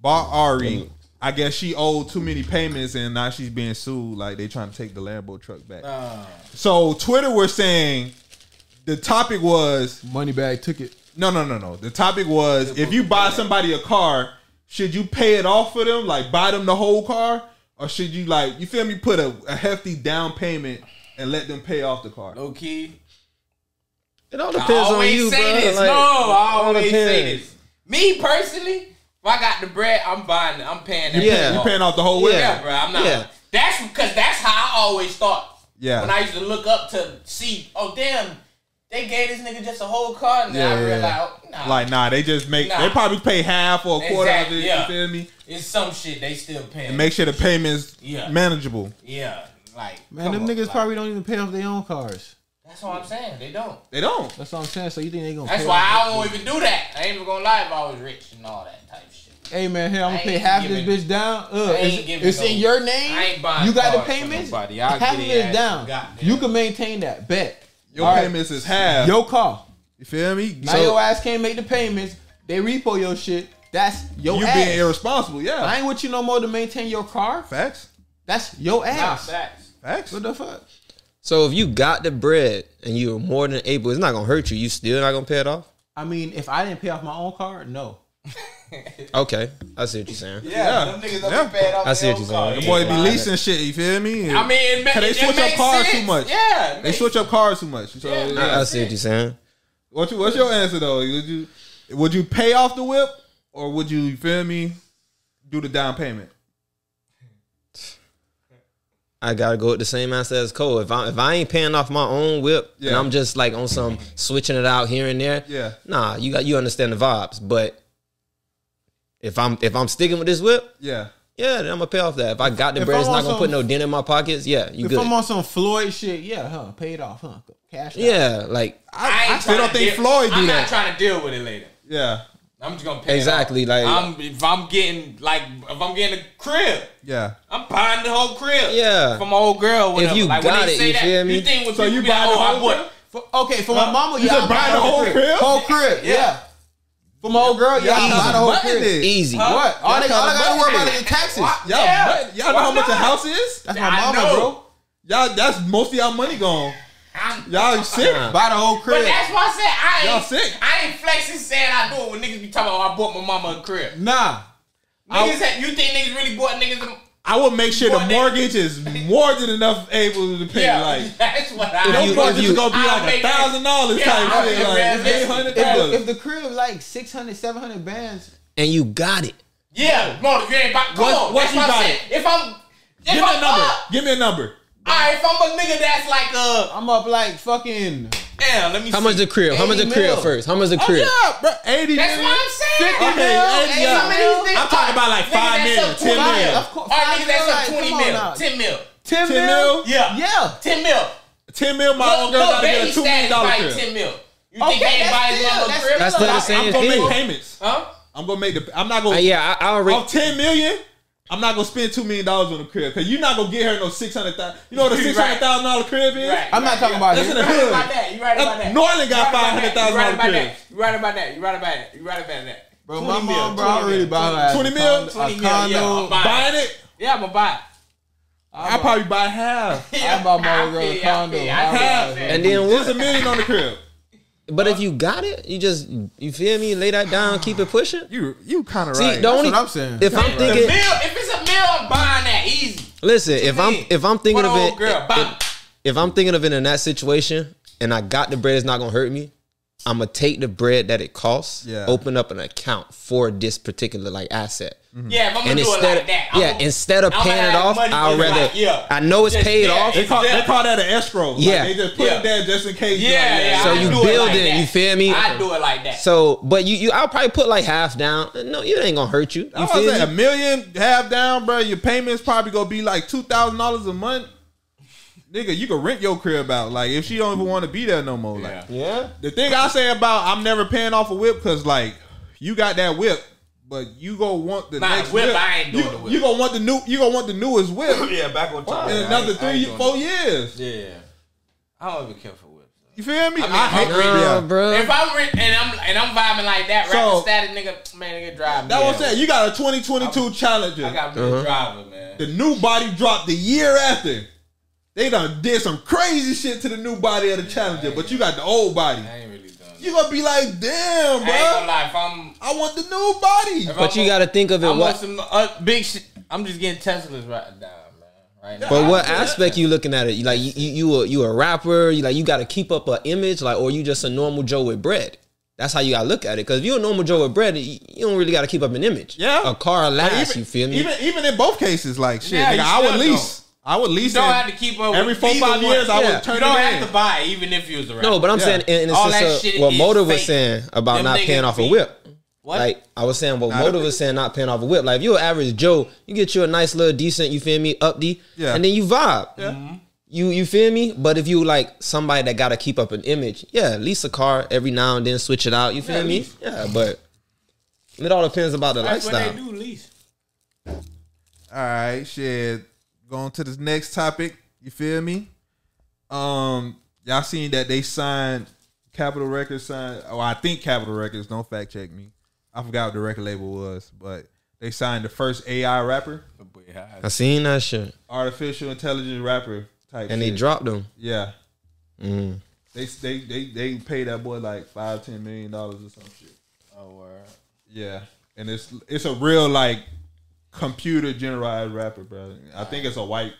[SPEAKER 1] bought Ari. I guess she owed too many payments and now she's being sued. Like they trying to take the Lambo truck back.
[SPEAKER 3] Uh,
[SPEAKER 1] So Twitter was saying the topic was
[SPEAKER 2] Money bag took it.
[SPEAKER 1] no, no, no, no. The topic was if you buy somebody a car, should you pay it off for them, like buy them the whole car, or should you like you feel me put a, a hefty down payment and let them pay off the car?
[SPEAKER 3] low key.
[SPEAKER 4] It all
[SPEAKER 3] I
[SPEAKER 4] depends on
[SPEAKER 3] always
[SPEAKER 4] you, bro.
[SPEAKER 3] say this.
[SPEAKER 4] Like,
[SPEAKER 3] no, I always say
[SPEAKER 4] depends.
[SPEAKER 3] this. Me personally, if I got the bread, I'm buying it. I'm paying that.
[SPEAKER 4] Yeah.
[SPEAKER 3] shit
[SPEAKER 1] You
[SPEAKER 3] off.
[SPEAKER 1] paying off the whole way?
[SPEAKER 3] Yeah, bro. I'm not.
[SPEAKER 4] Yeah.
[SPEAKER 3] That's because that's how I always thought.
[SPEAKER 1] Yeah.
[SPEAKER 3] When I used to look up to see, oh damn, they gave this nigga just a whole car, and then
[SPEAKER 1] Yeah,
[SPEAKER 3] I
[SPEAKER 1] yeah,
[SPEAKER 3] realized, oh, nah,
[SPEAKER 1] Like nah, they just make
[SPEAKER 3] Nah.
[SPEAKER 1] they probably pay half or a quarter
[SPEAKER 3] Exactly,
[SPEAKER 1] of it.
[SPEAKER 3] yeah.
[SPEAKER 1] You feel me?
[SPEAKER 3] it's some shit they still paying.
[SPEAKER 1] And make sure the payments
[SPEAKER 3] Yeah.
[SPEAKER 1] manageable.
[SPEAKER 3] yeah, like
[SPEAKER 2] Man,
[SPEAKER 3] come
[SPEAKER 2] them
[SPEAKER 3] on,
[SPEAKER 2] niggas
[SPEAKER 3] like,
[SPEAKER 2] probably don't even pay off their own cars.
[SPEAKER 3] That's what I'm saying. They don't.
[SPEAKER 1] They don't.
[SPEAKER 2] That's what I'm saying. So you think they gonna?
[SPEAKER 3] That's
[SPEAKER 2] pay
[SPEAKER 3] why
[SPEAKER 2] off-
[SPEAKER 3] I don't even do that. I ain't even gonna lie if I was rich and all that type shit.
[SPEAKER 2] Hey man, here I'm
[SPEAKER 3] I
[SPEAKER 2] gonna pay
[SPEAKER 3] ain't
[SPEAKER 2] half this
[SPEAKER 3] giving-
[SPEAKER 2] bitch down. Uh,
[SPEAKER 3] I ain't
[SPEAKER 2] it's
[SPEAKER 3] giving
[SPEAKER 2] it's in
[SPEAKER 3] no-
[SPEAKER 2] your name.
[SPEAKER 3] I ain't buying
[SPEAKER 2] you got the
[SPEAKER 3] cars for
[SPEAKER 2] payments.
[SPEAKER 3] nobody. I'll
[SPEAKER 2] Half
[SPEAKER 3] get
[SPEAKER 2] of
[SPEAKER 3] their
[SPEAKER 2] it's
[SPEAKER 3] ass
[SPEAKER 2] down.
[SPEAKER 3] goddamn.
[SPEAKER 2] You can maintain that. Bet.
[SPEAKER 1] Your
[SPEAKER 2] All right.
[SPEAKER 1] payments is half.
[SPEAKER 2] Your call.
[SPEAKER 1] you feel me?
[SPEAKER 2] Now
[SPEAKER 1] So
[SPEAKER 2] your ass can't make the payments. They repo your shit. That's your
[SPEAKER 1] you
[SPEAKER 2] ass.
[SPEAKER 1] being irresponsible, yeah.
[SPEAKER 2] I ain't with you no more to maintain your car.
[SPEAKER 1] Facts.
[SPEAKER 2] That's your
[SPEAKER 3] Nah,
[SPEAKER 2] ass.
[SPEAKER 3] facts.
[SPEAKER 1] Facts.
[SPEAKER 2] What the fuck?
[SPEAKER 4] So if you got the bread and you are more than able, it's not gonna hurt you. You still not gonna pay it off.
[SPEAKER 2] I mean, if I didn't pay off my own car, no.
[SPEAKER 4] Okay, I see what you're saying.
[SPEAKER 1] Yeah.
[SPEAKER 3] Yeah, them niggas up
[SPEAKER 1] Yeah.
[SPEAKER 3] there bad off
[SPEAKER 4] I see
[SPEAKER 3] their
[SPEAKER 4] what
[SPEAKER 3] own
[SPEAKER 4] you're saying.
[SPEAKER 3] car.
[SPEAKER 4] The
[SPEAKER 1] Boy, it be
[SPEAKER 4] Yeah.
[SPEAKER 1] leasing shit. You feel me?
[SPEAKER 3] I mean, it, ma-
[SPEAKER 1] Cause they
[SPEAKER 3] it
[SPEAKER 1] switch up
[SPEAKER 3] makes
[SPEAKER 1] cars
[SPEAKER 3] sense.
[SPEAKER 1] too much.
[SPEAKER 3] Yeah, it
[SPEAKER 1] they
[SPEAKER 3] makes-
[SPEAKER 1] switch up cars too much. So,
[SPEAKER 3] Yeah,
[SPEAKER 1] yeah.
[SPEAKER 4] I, I see what you're saying.
[SPEAKER 1] What you, what's your answer though? Would you would you pay off the whip or would you, you feel me? Do the down payment?
[SPEAKER 4] I gotta go with the same answer as Cole. If I if I ain't paying off my own whip and
[SPEAKER 1] Yeah.
[SPEAKER 4] I'm just like on some switching it out here and there,
[SPEAKER 1] Yeah.
[SPEAKER 4] Nah, you got you understand the vibes. But if I'm if I'm sticking with this whip,
[SPEAKER 1] Yeah.
[SPEAKER 4] yeah, then I'm gonna pay off that. If I got the
[SPEAKER 2] If
[SPEAKER 4] bread, it's
[SPEAKER 2] I'm
[SPEAKER 4] not
[SPEAKER 2] on
[SPEAKER 4] gonna put
[SPEAKER 2] some-
[SPEAKER 4] no dent in my pockets. Yeah, you
[SPEAKER 2] If
[SPEAKER 4] good.
[SPEAKER 2] I'm on some Floyd shit, yeah, huh? Paid off, huh? Cash. out.
[SPEAKER 4] yeah, like
[SPEAKER 3] I, ain't
[SPEAKER 1] still
[SPEAKER 3] tryna
[SPEAKER 1] don't think
[SPEAKER 3] deal-
[SPEAKER 1] Floyd do
[SPEAKER 3] I'm
[SPEAKER 1] that.
[SPEAKER 3] not trying to deal with it later.
[SPEAKER 1] Yeah.
[SPEAKER 3] I'm just gonna pay it
[SPEAKER 4] Exactly,
[SPEAKER 3] off.
[SPEAKER 4] like-
[SPEAKER 3] I'm, if I'm getting like if I'm getting a crib,
[SPEAKER 1] Yeah.
[SPEAKER 3] I'm buying the whole crib.
[SPEAKER 4] Yeah.
[SPEAKER 3] from my old girl. Whatever.
[SPEAKER 4] you
[SPEAKER 3] like, when
[SPEAKER 4] got
[SPEAKER 3] they
[SPEAKER 4] it,
[SPEAKER 3] say
[SPEAKER 4] you
[SPEAKER 3] that,
[SPEAKER 4] feel me?
[SPEAKER 3] You think when
[SPEAKER 1] So
[SPEAKER 3] people
[SPEAKER 1] you
[SPEAKER 3] be like,
[SPEAKER 1] buy the
[SPEAKER 3] oh, I
[SPEAKER 1] whole
[SPEAKER 3] would.
[SPEAKER 1] crib?
[SPEAKER 2] For, okay, for my mama, yeah,
[SPEAKER 1] just
[SPEAKER 2] I
[SPEAKER 1] buy
[SPEAKER 2] buy
[SPEAKER 1] the whole crib?
[SPEAKER 2] Whole crib, yeah. For my old girl, yeah, I
[SPEAKER 1] Y'all
[SPEAKER 2] buy the whole
[SPEAKER 1] buttoned
[SPEAKER 2] crib.
[SPEAKER 1] it.
[SPEAKER 4] easy.
[SPEAKER 3] Huh?
[SPEAKER 2] What? All, they, all I gotta worry about is the taxes.
[SPEAKER 3] Why-
[SPEAKER 1] Y'all,
[SPEAKER 3] Yeah.
[SPEAKER 1] but- y'all know
[SPEAKER 3] Why
[SPEAKER 1] how much a
[SPEAKER 3] not?
[SPEAKER 1] house is?
[SPEAKER 2] That's my
[SPEAKER 3] I
[SPEAKER 2] mama,
[SPEAKER 3] know.
[SPEAKER 2] bro.
[SPEAKER 1] Y'all, that's most of y'all money gone.
[SPEAKER 3] I'm-
[SPEAKER 1] Y'all sick.
[SPEAKER 2] Buy the whole crib.
[SPEAKER 3] Uh-huh. But that's why I said I ain't.
[SPEAKER 1] Y'all sick.
[SPEAKER 3] I ain't flexing saying I do it when niggas be talking about oh, I bought my mama a crib.
[SPEAKER 2] nah.
[SPEAKER 3] Niggas, had, you think niggas really bought niggas? A,
[SPEAKER 1] I would make sure
[SPEAKER 3] Boy,
[SPEAKER 1] the
[SPEAKER 3] they-
[SPEAKER 1] mortgage is more than enough able to pay.
[SPEAKER 3] yeah,
[SPEAKER 1] Like,
[SPEAKER 3] that's what I.
[SPEAKER 1] your
[SPEAKER 4] you-
[SPEAKER 1] mortgage
[SPEAKER 4] if
[SPEAKER 1] is
[SPEAKER 4] you-
[SPEAKER 1] gonna be
[SPEAKER 3] I'll
[SPEAKER 1] like a
[SPEAKER 3] make it-
[SPEAKER 1] thousand dollars
[SPEAKER 3] Yeah, I'll
[SPEAKER 1] type
[SPEAKER 3] make
[SPEAKER 1] shit.
[SPEAKER 3] it
[SPEAKER 1] Like,
[SPEAKER 3] realistic.
[SPEAKER 1] eight hundred
[SPEAKER 2] If the,
[SPEAKER 1] dollars.
[SPEAKER 2] if the crib like 600, 700 bands,
[SPEAKER 4] And you got it.
[SPEAKER 3] yeah, no, if you ain't about. Come
[SPEAKER 1] What-
[SPEAKER 3] on,
[SPEAKER 1] what
[SPEAKER 3] that's
[SPEAKER 1] you
[SPEAKER 3] what I'm
[SPEAKER 1] got
[SPEAKER 3] saying. If I'm, if
[SPEAKER 1] Give me
[SPEAKER 3] I'm
[SPEAKER 1] a number.
[SPEAKER 3] up,
[SPEAKER 1] Give me a number.
[SPEAKER 3] All right, if I'm a nigga that's like uh,
[SPEAKER 2] I'm up like fucking.
[SPEAKER 3] damn, let me.
[SPEAKER 4] How
[SPEAKER 3] see.
[SPEAKER 4] much the crib? How much the
[SPEAKER 2] 80
[SPEAKER 4] crib
[SPEAKER 2] mil.
[SPEAKER 4] first? How much
[SPEAKER 2] Oh,
[SPEAKER 4] the crib?
[SPEAKER 1] Yeah, bro. Eighty.
[SPEAKER 3] That's
[SPEAKER 1] million.
[SPEAKER 3] what I'm saying.
[SPEAKER 1] Okay,
[SPEAKER 2] mil,
[SPEAKER 1] eighty,
[SPEAKER 2] eighty
[SPEAKER 1] uh,
[SPEAKER 2] mil.
[SPEAKER 1] I'm talking about like five million, ten million.
[SPEAKER 2] Of course,
[SPEAKER 3] All right,
[SPEAKER 2] five
[SPEAKER 3] nigga, that's up
[SPEAKER 2] mil, like,
[SPEAKER 3] twenty
[SPEAKER 2] come on
[SPEAKER 3] mil,
[SPEAKER 2] now.
[SPEAKER 3] ten mil,
[SPEAKER 2] 10
[SPEAKER 1] 10
[SPEAKER 2] mil?
[SPEAKER 1] mil?
[SPEAKER 3] yeah,
[SPEAKER 2] Yeah.
[SPEAKER 3] ten mil.
[SPEAKER 1] Ten mil. My old girl
[SPEAKER 3] Lil
[SPEAKER 1] gotta get a
[SPEAKER 3] Baby
[SPEAKER 1] two million
[SPEAKER 3] status
[SPEAKER 1] dollar
[SPEAKER 3] probably
[SPEAKER 1] crib.
[SPEAKER 3] ten mil. You
[SPEAKER 2] Okay,
[SPEAKER 3] think
[SPEAKER 2] that's
[SPEAKER 3] anybody's
[SPEAKER 2] still-
[SPEAKER 3] mama
[SPEAKER 2] that's
[SPEAKER 3] crib?
[SPEAKER 4] That's still the same
[SPEAKER 1] I'm gonna
[SPEAKER 4] thing.
[SPEAKER 1] make payments.
[SPEAKER 3] Huh?
[SPEAKER 1] I'm gonna make the. I'm not gonna.
[SPEAKER 4] Uh, yeah, I, I
[SPEAKER 1] Off
[SPEAKER 4] already.
[SPEAKER 1] ten million, I'm not gonna spend two million dollars on a crib because you're not gonna get her no six hundred thousand. You know what a
[SPEAKER 3] Right.
[SPEAKER 1] six hundred thousand dollar crib is?
[SPEAKER 3] Right.
[SPEAKER 2] I'm not talking about
[SPEAKER 1] That's
[SPEAKER 2] it.
[SPEAKER 1] in the
[SPEAKER 3] You right about
[SPEAKER 1] hood.
[SPEAKER 3] that. You right about that.
[SPEAKER 1] Norland got
[SPEAKER 3] You right about that.
[SPEAKER 1] $500,000
[SPEAKER 3] You right about
[SPEAKER 1] crib.
[SPEAKER 3] that. You right about that. You right about that. You right about that.
[SPEAKER 2] Bro,
[SPEAKER 3] 20
[SPEAKER 2] my
[SPEAKER 3] mil,
[SPEAKER 2] mom, bro,
[SPEAKER 3] 20
[SPEAKER 2] I already
[SPEAKER 3] mil,
[SPEAKER 2] buy her ass
[SPEAKER 1] 20
[SPEAKER 2] a
[SPEAKER 1] mil?
[SPEAKER 2] condo-
[SPEAKER 3] 20
[SPEAKER 2] a
[SPEAKER 3] mil, yeah,
[SPEAKER 2] condo.
[SPEAKER 3] I'm buying.
[SPEAKER 1] Buying it,
[SPEAKER 3] Yeah, I'm gonna buy.
[SPEAKER 1] I probably buy half.
[SPEAKER 2] I bought my girl a
[SPEAKER 3] Yeah,
[SPEAKER 2] condo.
[SPEAKER 3] yeah,
[SPEAKER 2] I
[SPEAKER 3] yeah,
[SPEAKER 2] was-
[SPEAKER 3] yeah.
[SPEAKER 4] And then
[SPEAKER 1] There's a
[SPEAKER 4] what?
[SPEAKER 1] million on the crib.
[SPEAKER 4] But if you got it, you just you feel me? Lay that down, keep it pushing.
[SPEAKER 1] You you kind of
[SPEAKER 4] See,
[SPEAKER 1] right.
[SPEAKER 4] the only
[SPEAKER 2] what I'm saying.
[SPEAKER 4] if I'm
[SPEAKER 3] If it's a
[SPEAKER 4] thinking,
[SPEAKER 3] meal, if it's a meal, I'm buying that easy.
[SPEAKER 4] listen, if I'm
[SPEAKER 3] me.
[SPEAKER 4] if I'm thinking
[SPEAKER 3] What
[SPEAKER 4] of
[SPEAKER 3] a
[SPEAKER 4] it,
[SPEAKER 3] old girl, bye.
[SPEAKER 4] if, if I'm thinking of it in that situation, and I got the bread, it's not gonna hurt me. I'm gonna take the bread that it costs,
[SPEAKER 1] Yeah.
[SPEAKER 4] open up an account for this particular like asset,
[SPEAKER 3] Yeah, if I'm gonna
[SPEAKER 4] and
[SPEAKER 3] Mm-hmm. do it
[SPEAKER 4] instead,
[SPEAKER 3] like
[SPEAKER 4] of,
[SPEAKER 3] that,
[SPEAKER 4] yeah,
[SPEAKER 3] I'm gonna,
[SPEAKER 4] instead of
[SPEAKER 3] I'ma
[SPEAKER 4] paying it
[SPEAKER 3] have
[SPEAKER 4] off,
[SPEAKER 3] money
[SPEAKER 4] I'd
[SPEAKER 3] in it,
[SPEAKER 4] rather.
[SPEAKER 3] like, yeah.
[SPEAKER 4] I know it's
[SPEAKER 3] Just-
[SPEAKER 4] paid
[SPEAKER 3] yeah,
[SPEAKER 4] off,
[SPEAKER 1] they call they call that an escrow. Like,
[SPEAKER 4] Yeah.
[SPEAKER 1] they just put
[SPEAKER 3] Yeah.
[SPEAKER 1] it there just in case.
[SPEAKER 3] yeah,
[SPEAKER 1] Like,
[SPEAKER 3] yeah,
[SPEAKER 4] So
[SPEAKER 3] I
[SPEAKER 4] you
[SPEAKER 3] do it
[SPEAKER 4] build
[SPEAKER 3] like
[SPEAKER 4] it,
[SPEAKER 3] that.
[SPEAKER 4] you feel me?
[SPEAKER 3] I do it like that.
[SPEAKER 4] So, but you, you, I'll probably put like half down. No, it ain't gonna hurt you. You
[SPEAKER 1] I was
[SPEAKER 4] feel
[SPEAKER 1] like a
[SPEAKER 4] me?
[SPEAKER 1] million half down, bro. Your payments probably gonna be like two thousand dollars a month. Nigga, you can rent your crib out. Like if she don't even want to be there no more. Like
[SPEAKER 3] Yeah.
[SPEAKER 4] Yeah.
[SPEAKER 1] The thing I say about I'm never paying off a whip because like you got that whip, but you gonna want the
[SPEAKER 3] Nah,
[SPEAKER 1] next
[SPEAKER 3] whip,
[SPEAKER 1] whip.
[SPEAKER 3] I ain't doing
[SPEAKER 1] you,
[SPEAKER 3] the whip.
[SPEAKER 1] You gonna want the new. You gonna want the newest whip
[SPEAKER 3] yeah, back on top.
[SPEAKER 1] in another three, four years.
[SPEAKER 3] Yeah, I don't even care for whips.
[SPEAKER 1] You feel me?
[SPEAKER 3] I mean,
[SPEAKER 1] hate-
[SPEAKER 3] hungry,
[SPEAKER 4] Nah, bro.
[SPEAKER 3] If I'm rich and I'm and I'm vibing like that,
[SPEAKER 1] So-
[SPEAKER 3] so, static nigga, man, nigga, drive me.
[SPEAKER 1] That was
[SPEAKER 3] hell.
[SPEAKER 1] saying. You got a 2022 Challenger.
[SPEAKER 3] I got me
[SPEAKER 4] Uh-huh.
[SPEAKER 3] a driver, man.
[SPEAKER 1] the new body dropped the year after. They done did some crazy shit to the new body of the Challenger, but you got the old body.
[SPEAKER 3] I ain't really done. that.
[SPEAKER 1] You gonna be like, damn,
[SPEAKER 3] I ain't gonna
[SPEAKER 1] bro.
[SPEAKER 3] lie, if I'm,
[SPEAKER 1] I want the new body.
[SPEAKER 3] if
[SPEAKER 4] But
[SPEAKER 3] I'm
[SPEAKER 4] you gotta think of it.
[SPEAKER 3] I'm on
[SPEAKER 4] what?
[SPEAKER 3] some uh, big shit. I'm just getting Teslas right now, man. Right now.
[SPEAKER 4] But what aspect you looking at it? You Like you, you, you a you a rapper. You like you got to keep up an image, like or you just a normal Joe with bread. That's how you gotta look at it. Because if you're a normal Joe with bread, you, you don't really gotta keep up an image.
[SPEAKER 1] Yeah.
[SPEAKER 4] a car lasts.
[SPEAKER 1] even,
[SPEAKER 4] you feel me?
[SPEAKER 1] Even even in both cases, like shit,
[SPEAKER 3] Yeah,
[SPEAKER 1] nigga,
[SPEAKER 3] you
[SPEAKER 1] I would
[SPEAKER 3] still
[SPEAKER 1] lease. I would lease.
[SPEAKER 3] You don't
[SPEAKER 1] it.
[SPEAKER 3] have to keep up
[SPEAKER 1] every
[SPEAKER 3] with
[SPEAKER 1] four
[SPEAKER 3] either
[SPEAKER 1] five
[SPEAKER 3] one.
[SPEAKER 1] years. I
[SPEAKER 4] Yeah.
[SPEAKER 1] would turn
[SPEAKER 3] you
[SPEAKER 1] it
[SPEAKER 3] don't
[SPEAKER 1] in.
[SPEAKER 3] have to buy it, even if you was a rapper.
[SPEAKER 4] no, but I'm
[SPEAKER 1] Yeah.
[SPEAKER 4] saying in, in the
[SPEAKER 3] All that
[SPEAKER 4] sense
[SPEAKER 3] shit
[SPEAKER 4] of what
[SPEAKER 3] is
[SPEAKER 4] Motive was
[SPEAKER 3] fake.
[SPEAKER 4] saying about
[SPEAKER 3] Them
[SPEAKER 4] not
[SPEAKER 3] niggas
[SPEAKER 4] paying off a
[SPEAKER 3] fake.
[SPEAKER 4] whip.
[SPEAKER 3] What?
[SPEAKER 4] Like I was saying, what
[SPEAKER 1] Nah,
[SPEAKER 4] Motive
[SPEAKER 1] them-
[SPEAKER 4] was saying, not paying off a whip. Like if you're an average Joe, you get you a nice little decent. You feel me? Up D.
[SPEAKER 1] Yeah.
[SPEAKER 4] And then you vibe.
[SPEAKER 1] Yeah.
[SPEAKER 4] You you feel me? But if you like somebody that gotta keep up an image, yeah, lease a car every now and then, switch it out. You feel
[SPEAKER 3] Yeah,
[SPEAKER 4] me?
[SPEAKER 3] lease.
[SPEAKER 4] Yeah, but it all depends about the
[SPEAKER 3] That's what
[SPEAKER 4] lifestyle.
[SPEAKER 3] they do, least.
[SPEAKER 1] All right, shit. Going to this next topic. You feel me? Um, y'all seen that they signed Capitol Records signed. Oh, I think Capitol Records. Don't fact check me. I forgot what the record label was, but they signed the first AI rapper,
[SPEAKER 4] I seen that shit,
[SPEAKER 1] artificial intelligence rapper type.
[SPEAKER 4] and they
[SPEAKER 1] shit.
[SPEAKER 4] dropped them.
[SPEAKER 1] Yeah. They they they they pay that boy like five ten million dollars or some shit.
[SPEAKER 3] Oh, word.
[SPEAKER 1] Yeah, and it's it's a real like computer generated rapper, bro. I think it's a white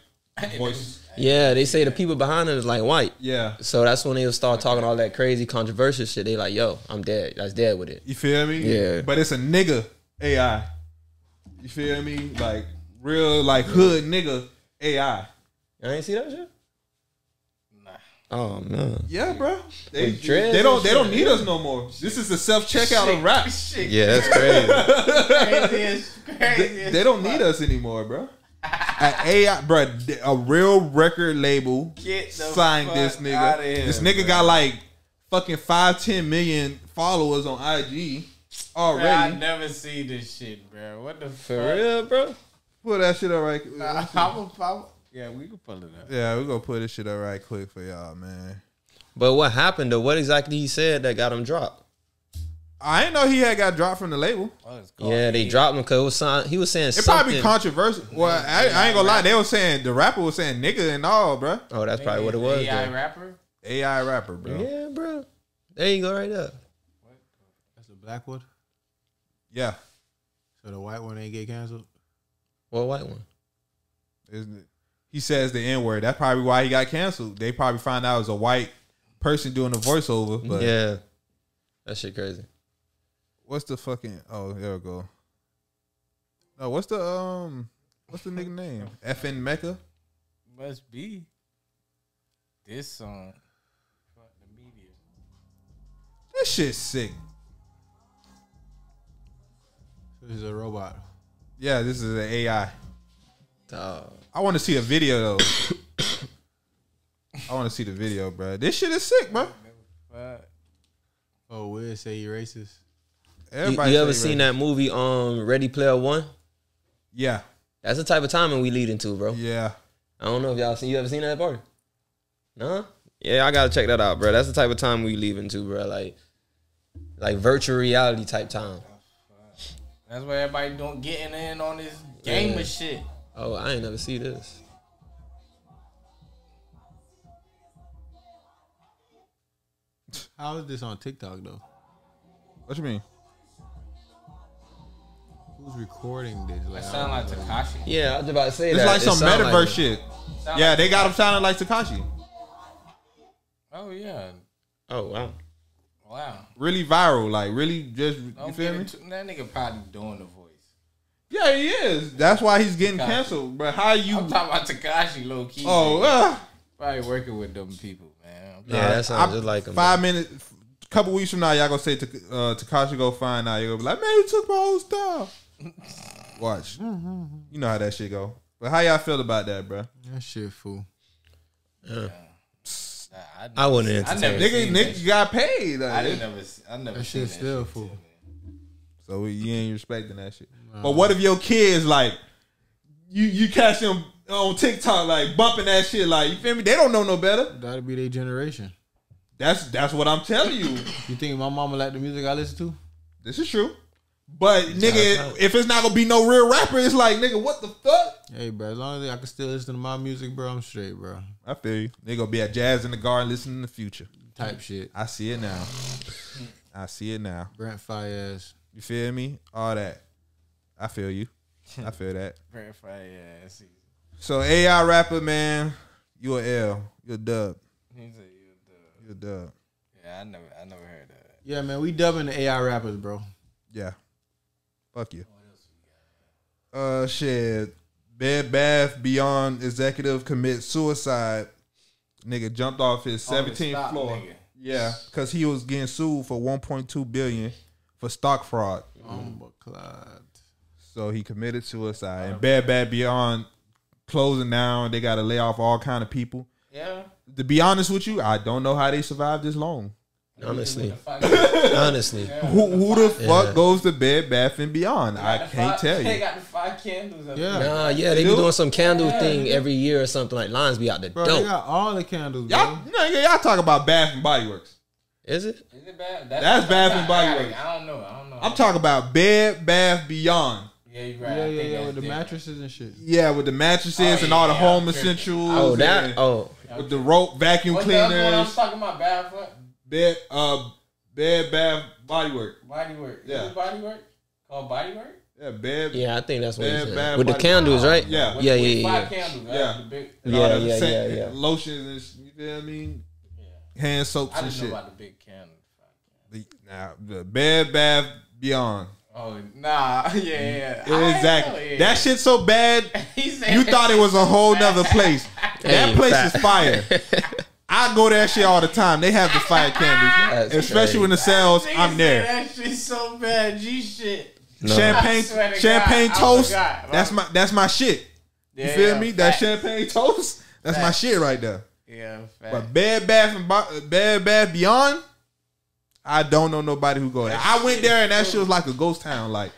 [SPEAKER 1] voice.
[SPEAKER 4] Yeah, they say the people behind him is like white.
[SPEAKER 1] Yeah,
[SPEAKER 4] So that's when they'll start talking all that crazy controversial shit. They like, yo, I'm dead. That's dead with it.
[SPEAKER 1] you feel me?
[SPEAKER 4] Yeah.
[SPEAKER 1] but it's a nigga AI. You feel me? Like real like hood nigga AI.
[SPEAKER 4] I ain't see that shit.
[SPEAKER 3] Nah.
[SPEAKER 4] Oh man.
[SPEAKER 1] Yeah, bro. They,
[SPEAKER 4] With dreads
[SPEAKER 1] they don't
[SPEAKER 4] and
[SPEAKER 1] they don't need us no more. This is the self checkout of rap.
[SPEAKER 3] Shit.
[SPEAKER 4] Yeah, that's crazy.
[SPEAKER 3] Crazy as crazy
[SPEAKER 1] They,
[SPEAKER 3] as
[SPEAKER 1] they don't need us anymore, bro. An AI, bro, a real record label
[SPEAKER 3] Get the
[SPEAKER 1] signed
[SPEAKER 3] fuck
[SPEAKER 1] this nigga.
[SPEAKER 3] outta here,
[SPEAKER 1] this nigga
[SPEAKER 3] bro.
[SPEAKER 1] got like fucking five, ten million followers on IG
[SPEAKER 3] Bro, I
[SPEAKER 1] already.
[SPEAKER 3] never see this shit, bro. What the
[SPEAKER 4] For
[SPEAKER 3] fuck?
[SPEAKER 4] real, bro.
[SPEAKER 1] Pull that shit up right.
[SPEAKER 3] Nah, I'm a, I'm a, yeah, we can pull it up.
[SPEAKER 1] Yeah, we gonna pull this shit up right quick for y'all, man.
[SPEAKER 4] But what happened though? What exactly he said that got him dropped?
[SPEAKER 1] I didn't know he had got dropped from the label.
[SPEAKER 3] Oh, it's called
[SPEAKER 4] Yeah, they
[SPEAKER 3] Ian.
[SPEAKER 4] dropped him because it was sign- he was saying
[SPEAKER 1] It
[SPEAKER 4] something.
[SPEAKER 1] probably controversial. Well, I, I ain't gonna lie, they were saying the rapper was saying nigga and all, bro.
[SPEAKER 4] oh, that's
[SPEAKER 3] Maybe
[SPEAKER 4] probably what it
[SPEAKER 3] it's
[SPEAKER 4] was.
[SPEAKER 3] AI
[SPEAKER 4] then.
[SPEAKER 3] rapper.
[SPEAKER 1] AI rapper, bro. Yeah,
[SPEAKER 4] Yeah, bro. There you go, right there.
[SPEAKER 2] That's the black one. So the white one ain't get canceled.
[SPEAKER 4] What white one?
[SPEAKER 1] Isn't it? He says the N word. That's probably why he got canceled. They probably find out it was a white person doing the voiceover. But
[SPEAKER 4] yeah, that shit crazy.
[SPEAKER 1] what's the fucking? Oh, there we go. No, what's the um? What's the nigga name? FN Mecca.
[SPEAKER 3] Must be this song. Fuck the media.
[SPEAKER 1] This shit's sick.
[SPEAKER 2] This is a robot.
[SPEAKER 1] Yeah, this is an AI.
[SPEAKER 4] Dog.
[SPEAKER 1] I want to see a video though. I want to see the video, bro. This shit is sick, bro.
[SPEAKER 3] Fuck.
[SPEAKER 2] Oh, Will say you racist.
[SPEAKER 4] You,
[SPEAKER 1] Everybody
[SPEAKER 4] you ever seen that movie, um, Ready Player One?
[SPEAKER 1] Yeah,
[SPEAKER 4] That's the type of timing we leading to, bro.
[SPEAKER 1] yeah.
[SPEAKER 4] I don't know if y'all seen. You ever seen that party? No. Yeah, I gotta check that out, bro. That's the type of time we leaving to, bro. Like, like virtual reality type time.
[SPEAKER 3] That's why everybody don't getting in on this gamer
[SPEAKER 4] Yeah.
[SPEAKER 3] shit.
[SPEAKER 4] Oh, I ain't never see this.
[SPEAKER 2] How is this on TikTok though?
[SPEAKER 1] What you mean?
[SPEAKER 2] Who's recording this?
[SPEAKER 3] That
[SPEAKER 2] Like,
[SPEAKER 3] sound like Takashi.
[SPEAKER 4] Yeah, I was about to say
[SPEAKER 1] It's
[SPEAKER 4] that.
[SPEAKER 1] like
[SPEAKER 4] It
[SPEAKER 1] some
[SPEAKER 4] sound
[SPEAKER 1] metaverse
[SPEAKER 4] like-
[SPEAKER 1] shit.
[SPEAKER 3] Sound
[SPEAKER 1] Yeah,
[SPEAKER 3] like-
[SPEAKER 1] they got him sounding like Takashi.
[SPEAKER 3] Oh yeah.
[SPEAKER 4] Oh wow.
[SPEAKER 3] Wow.
[SPEAKER 1] Really viral, like really just. You
[SPEAKER 3] Don't
[SPEAKER 1] feel
[SPEAKER 3] get
[SPEAKER 1] me?
[SPEAKER 3] it too- that nigga probably doing the voice.
[SPEAKER 1] Yeah, he is. That's why he's getting
[SPEAKER 3] Tekashi.
[SPEAKER 1] canceled. But how you?
[SPEAKER 3] I'm talking about Takashi low key.
[SPEAKER 1] oh, uh,
[SPEAKER 3] probably working with them people, man.
[SPEAKER 4] Yeah, that sounds
[SPEAKER 1] I-
[SPEAKER 4] just like him.
[SPEAKER 1] Five minutes, couple weeks from now, y'all gonna say Tek- uh, Takashi go find out. You gonna be like, man, you took my whole stuff. Watch, you know how that shit go. But how y'all feel about that, bro?
[SPEAKER 2] that shit fool.
[SPEAKER 3] Nah, I,
[SPEAKER 4] I wouldn't
[SPEAKER 3] I
[SPEAKER 4] entertain.
[SPEAKER 3] never
[SPEAKER 4] it.
[SPEAKER 1] Nigga,
[SPEAKER 3] seen
[SPEAKER 1] Nick
[SPEAKER 3] that
[SPEAKER 1] you got paid. like,
[SPEAKER 3] I didn't never. s- I never.
[SPEAKER 2] That
[SPEAKER 3] seen
[SPEAKER 2] shit
[SPEAKER 3] that
[SPEAKER 2] still
[SPEAKER 3] shit,
[SPEAKER 2] fool.
[SPEAKER 3] man.
[SPEAKER 1] so we, you ain't respecting that shit. But what if your kids like you? You catch them on TikTok like bumping that shit. Like you feel me? They don't know no better.
[SPEAKER 2] That'll be their generation.
[SPEAKER 1] That's that's what I'm telling you.
[SPEAKER 2] You think my mama like the music I listen to?
[SPEAKER 1] This is true. But
[SPEAKER 4] how it's
[SPEAKER 1] nigga,
[SPEAKER 4] done.
[SPEAKER 1] if it's not gonna be no real rapper, it's like nigga, what the fuck?
[SPEAKER 2] Hey, bro, as long as I can still listen to my music, bro, I'm straight, bro.
[SPEAKER 1] I feel you. They gonna be at jazz in the garden listening in the future.
[SPEAKER 2] Type shit.
[SPEAKER 1] I see it now. I see it now.
[SPEAKER 2] Brent Fires.
[SPEAKER 1] You feel me? All that. I feel you. I feel that.
[SPEAKER 3] Prayer Friday, yeah, I see.
[SPEAKER 1] So AI rapper man, you a L. You a dub.
[SPEAKER 3] He said, "You the-"
[SPEAKER 1] You a dub.
[SPEAKER 3] Yeah, I never, I never heard that.
[SPEAKER 2] Yeah, man, we dubbing the AI rappers, bro.
[SPEAKER 1] Yeah. Fuck you. Uh shit. Bed Bath Beyond executive commits suicide. Nigga jumped off his
[SPEAKER 3] On the
[SPEAKER 1] 17th
[SPEAKER 3] stock,
[SPEAKER 1] floor.
[SPEAKER 3] nigga.
[SPEAKER 1] Yeah, because he was getting sued for 1.2 billion for stock fraud.
[SPEAKER 3] Mm-hmm.
[SPEAKER 2] Umber Clyde.
[SPEAKER 1] So he committed suicide. And Bad Bad Beyond closing down. They got to lay off all kind of people.
[SPEAKER 3] Yeah.
[SPEAKER 1] To be honest with you, I don't know how they survived this long.
[SPEAKER 4] Honestly,
[SPEAKER 3] Fuck. They
[SPEAKER 4] honestly,
[SPEAKER 1] Who, who the
[SPEAKER 4] Yeah.
[SPEAKER 1] fuck goes to Bed Bath and Beyond? I
[SPEAKER 3] got the
[SPEAKER 1] can't
[SPEAKER 3] five-
[SPEAKER 1] tell
[SPEAKER 3] They
[SPEAKER 1] you.
[SPEAKER 3] got the five candles. Up
[SPEAKER 2] Yeah.
[SPEAKER 3] there.
[SPEAKER 4] nah, yeah, they be
[SPEAKER 1] do?
[SPEAKER 4] doing some candle thing every year or something. Like lines be out the
[SPEAKER 2] Bro, they
[SPEAKER 4] dope.
[SPEAKER 2] got all the candles, bro.
[SPEAKER 1] Y'all, nigga, y'all talk about Bath and Body Works.
[SPEAKER 4] Is it?
[SPEAKER 3] Is it bad?
[SPEAKER 1] That's Bath and Body
[SPEAKER 3] I- I-
[SPEAKER 1] Works.
[SPEAKER 3] I don't know. I don't know.
[SPEAKER 1] I'm talking about Bed Bath Beyond.
[SPEAKER 3] Yeah, you're right.
[SPEAKER 2] Yeah,
[SPEAKER 3] I
[SPEAKER 2] yeah,
[SPEAKER 3] think
[SPEAKER 2] yeah,
[SPEAKER 3] that's
[SPEAKER 2] with the
[SPEAKER 3] different.
[SPEAKER 2] mattresses and shit.
[SPEAKER 1] Yeah, with the mattresses
[SPEAKER 3] Oh,
[SPEAKER 1] and all the
[SPEAKER 3] yeah,
[SPEAKER 1] home
[SPEAKER 3] I'm tripping.
[SPEAKER 1] essentials.
[SPEAKER 4] Oh, that.
[SPEAKER 1] and-
[SPEAKER 4] Oh,
[SPEAKER 1] with the rope, vacuum
[SPEAKER 3] What's the other one I was
[SPEAKER 1] cleaners,
[SPEAKER 3] talking about? Bad foot?
[SPEAKER 1] bed, uh, bed, bath, body work.
[SPEAKER 3] Body work.
[SPEAKER 1] Yeah.
[SPEAKER 3] Yeah. body work? Called body work?
[SPEAKER 1] Yeah, bed.
[SPEAKER 4] Yeah, I think that's what
[SPEAKER 1] Bad, bad
[SPEAKER 4] he said. With the
[SPEAKER 1] body.
[SPEAKER 4] candles, right?
[SPEAKER 1] Yeah.
[SPEAKER 4] Yeah,
[SPEAKER 3] with
[SPEAKER 4] yeah,
[SPEAKER 3] Five
[SPEAKER 4] yeah.
[SPEAKER 3] candles.
[SPEAKER 1] Yeah.
[SPEAKER 3] Yeah. The big,
[SPEAKER 1] and all
[SPEAKER 4] Yeah,
[SPEAKER 1] that
[SPEAKER 4] yeah,
[SPEAKER 1] scent
[SPEAKER 4] yeah,
[SPEAKER 1] and Lotions and sh- you feel what I mean? Hand soaps
[SPEAKER 3] I
[SPEAKER 1] and
[SPEAKER 3] didn't know
[SPEAKER 1] shit.
[SPEAKER 3] about the big candle.
[SPEAKER 1] The, nah, the bed, bath, beyond.
[SPEAKER 3] Oh nah, yeah, yeah. I know,
[SPEAKER 1] Exactly.
[SPEAKER 3] yeah.
[SPEAKER 1] That shit's so bad.
[SPEAKER 3] He said,
[SPEAKER 1] You thought it was a whole nother place. That
[SPEAKER 4] Hey,
[SPEAKER 1] place
[SPEAKER 4] fact.
[SPEAKER 1] is fire. I go that shit all the time. They have the fire candy,
[SPEAKER 4] That's
[SPEAKER 1] especially when the sales.
[SPEAKER 3] Nigga
[SPEAKER 1] I'm
[SPEAKER 3] said
[SPEAKER 1] there.
[SPEAKER 3] That shit so bad. G shit.
[SPEAKER 4] No.
[SPEAKER 1] Champagne,
[SPEAKER 3] I swear to
[SPEAKER 1] champagne
[SPEAKER 3] God, I
[SPEAKER 1] toast.
[SPEAKER 3] forgot.
[SPEAKER 1] That's my that's my shit. You
[SPEAKER 3] Yeah,
[SPEAKER 1] feel
[SPEAKER 3] yeah,
[SPEAKER 1] me? That
[SPEAKER 3] fact.
[SPEAKER 1] champagne toast. That's my
[SPEAKER 3] Facts.
[SPEAKER 1] shit right there.
[SPEAKER 3] Yeah, fact.
[SPEAKER 1] But Bed Bath and Bo- Bed Bath Beyond, I don't know nobody who go there. I went there and that shit was like a ghost town, like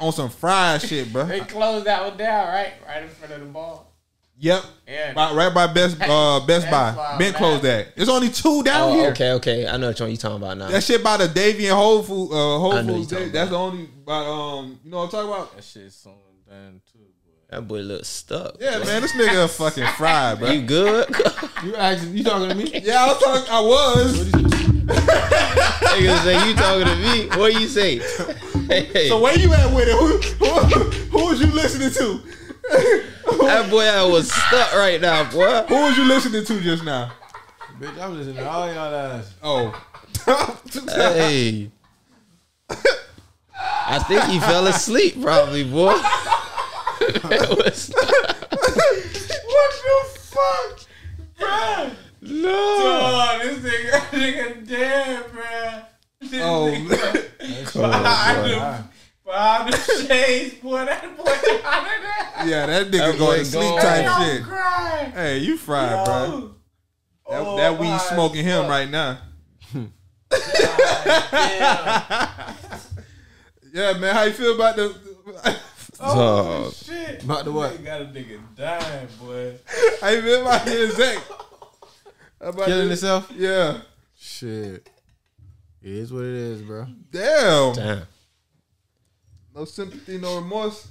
[SPEAKER 1] on some fried shit, bro.
[SPEAKER 3] They closed that one down, right? Right in front of the ball.
[SPEAKER 1] Yep.
[SPEAKER 3] Yeah.
[SPEAKER 1] By- right by Best uh, Best
[SPEAKER 3] That's
[SPEAKER 1] Buy.
[SPEAKER 3] why,
[SPEAKER 1] Been
[SPEAKER 3] man.
[SPEAKER 1] closed that. It's only two down
[SPEAKER 4] Oh,
[SPEAKER 1] here.
[SPEAKER 4] okay, okay. I know what you're talking about now.
[SPEAKER 1] That shit by the Davy and Whole Food uh, Whole
[SPEAKER 4] I know
[SPEAKER 1] Foods.
[SPEAKER 4] you
[SPEAKER 1] That-
[SPEAKER 4] talking
[SPEAKER 1] That's the only by um you know what I'm talking about?
[SPEAKER 3] That shit's so done too, boy.
[SPEAKER 4] That boy look stuck.
[SPEAKER 1] Yeah, man, this nigga a fucking fried, bro.
[SPEAKER 4] You good?
[SPEAKER 2] You asking? You talking to me?
[SPEAKER 1] Yeah, I was talking I was.
[SPEAKER 4] Nigga say you talking to me. What you say? Hey,
[SPEAKER 1] So where you at with it? Who who, who was you listening to?
[SPEAKER 4] that boy I was stuck right now, boy.
[SPEAKER 1] who was you listening to just now?
[SPEAKER 2] Bitch, I'm listening to all y'all ass.
[SPEAKER 1] Oh.
[SPEAKER 4] Hey. I think he fell asleep probably, boy. That was stuck.
[SPEAKER 1] What the fuck?
[SPEAKER 3] Bruh.
[SPEAKER 4] no.
[SPEAKER 3] Oh, this nigga, nigga dead, bruh. This
[SPEAKER 1] Oh,
[SPEAKER 3] nigga
[SPEAKER 4] boy.
[SPEAKER 3] behind the, behind the shades, boy. That boy out of there.
[SPEAKER 1] yeah, that nigga going
[SPEAKER 4] That boy
[SPEAKER 1] to sleep
[SPEAKER 4] gone.
[SPEAKER 1] type
[SPEAKER 3] I'm
[SPEAKER 1] shit.
[SPEAKER 3] crying.
[SPEAKER 1] Hey, you fried, bro.
[SPEAKER 3] Oh,
[SPEAKER 1] That,
[SPEAKER 3] oh,
[SPEAKER 1] that
[SPEAKER 3] my
[SPEAKER 1] weed smoking him
[SPEAKER 3] fuck.
[SPEAKER 1] right now.
[SPEAKER 3] Damn.
[SPEAKER 1] Yeah, man, how you feel about the?
[SPEAKER 3] Oh,
[SPEAKER 4] Dog.
[SPEAKER 3] shit.
[SPEAKER 2] About the what?
[SPEAKER 3] Nigga got a nigga dying, boy.
[SPEAKER 1] how you feel about the exec? About
[SPEAKER 2] Killing
[SPEAKER 1] this?
[SPEAKER 2] yourself?
[SPEAKER 1] Yeah.
[SPEAKER 2] Shit. It is what it is, bro.
[SPEAKER 1] Damn.
[SPEAKER 4] Damn.
[SPEAKER 1] No sympathy, no remorse.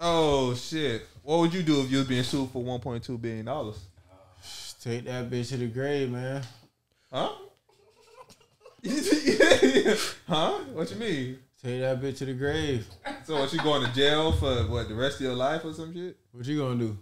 [SPEAKER 1] oh shit! What would you do if you was being sued for one point two billion dollars?
[SPEAKER 2] Just take that bitch to the grave, man.
[SPEAKER 1] Huh? huh? What you mean?
[SPEAKER 2] Take that bitch to the grave.
[SPEAKER 1] So what you going to jail for what the rest of your life or some shit?
[SPEAKER 2] What you gonna do?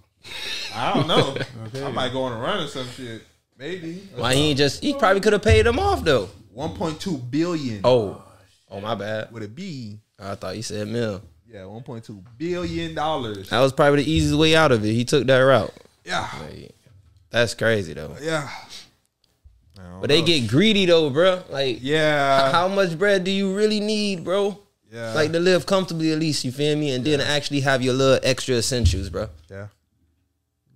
[SPEAKER 1] I don't know.
[SPEAKER 2] Okay.
[SPEAKER 1] I might go on a run or some shit. Maybe.
[SPEAKER 4] Why he ain't just he probably could have paid him off though.
[SPEAKER 1] One point two billion.
[SPEAKER 4] Oh. Oh my bad.
[SPEAKER 1] With a B.
[SPEAKER 4] I thought you said mill.
[SPEAKER 1] Yeah, one point two billion dollars.
[SPEAKER 4] That was probably the easiest way out of it. He took that route.
[SPEAKER 1] Yeah.
[SPEAKER 4] Like, that's crazy though.
[SPEAKER 1] Yeah.
[SPEAKER 4] But they get greedy though, bro. Like,
[SPEAKER 1] Yeah.
[SPEAKER 4] how much bread do you really need, bro?
[SPEAKER 1] yeah.
[SPEAKER 4] Like to live comfortably at least, you feel me? And then actually have your little extra essentials, bro.
[SPEAKER 1] yeah.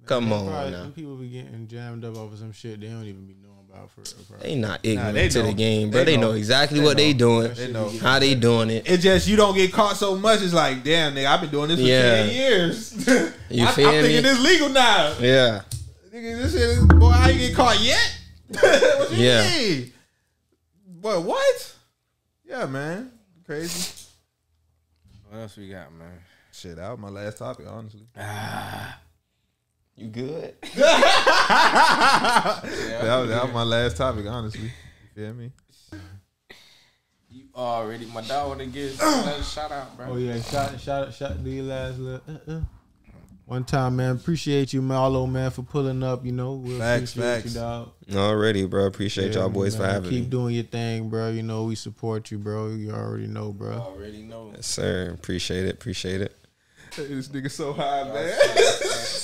[SPEAKER 4] Come on
[SPEAKER 2] Probably
[SPEAKER 4] now.
[SPEAKER 2] some people be getting jammed up over some shit they don't even be knowing about for real, bro.
[SPEAKER 4] They not ignorant
[SPEAKER 1] they
[SPEAKER 4] to
[SPEAKER 1] know.
[SPEAKER 4] the game, bro.
[SPEAKER 1] They
[SPEAKER 4] They,
[SPEAKER 1] know.
[SPEAKER 4] know. exactly
[SPEAKER 1] They
[SPEAKER 4] what they
[SPEAKER 1] know.
[SPEAKER 4] doing,
[SPEAKER 1] They know.
[SPEAKER 4] how they doing it.
[SPEAKER 1] It just you don't get caught so much. It's like, damn, nigga, I've been doing this for
[SPEAKER 4] Yeah.
[SPEAKER 1] ten years.
[SPEAKER 4] You
[SPEAKER 1] I,
[SPEAKER 4] feel
[SPEAKER 1] I'm thinking
[SPEAKER 4] me?
[SPEAKER 1] it's legal now.
[SPEAKER 4] Yeah.
[SPEAKER 1] Nigga, this shit is boy. I ain't get caught yet. what you
[SPEAKER 4] Yeah.
[SPEAKER 1] mean? But what? Yeah, man, crazy.
[SPEAKER 3] What else we got, man?
[SPEAKER 1] Shit, that was my last topic, honestly.
[SPEAKER 4] You good?
[SPEAKER 1] That was, that was my last topic, honestly. You feel me?
[SPEAKER 3] You already, my dog want to give another shout out, bro.
[SPEAKER 2] Oh yeah, shout shout shout do your last little uh, uh. one time, man. Appreciate you, Marlo, man, for pulling up. You know, we
[SPEAKER 1] Facts,
[SPEAKER 2] appreciate
[SPEAKER 1] facts.
[SPEAKER 2] you, dog.
[SPEAKER 4] Already, bro. Appreciate
[SPEAKER 2] Yeah,
[SPEAKER 4] y'all boys
[SPEAKER 2] man,
[SPEAKER 4] for having
[SPEAKER 2] Keep
[SPEAKER 4] me.
[SPEAKER 2] doing your thing, bro. You know we support you, bro. You already know,
[SPEAKER 3] You
[SPEAKER 2] bro.
[SPEAKER 3] Already know.
[SPEAKER 4] Yes, sir. Appreciate it. Appreciate it.
[SPEAKER 1] This nigga so high, man. this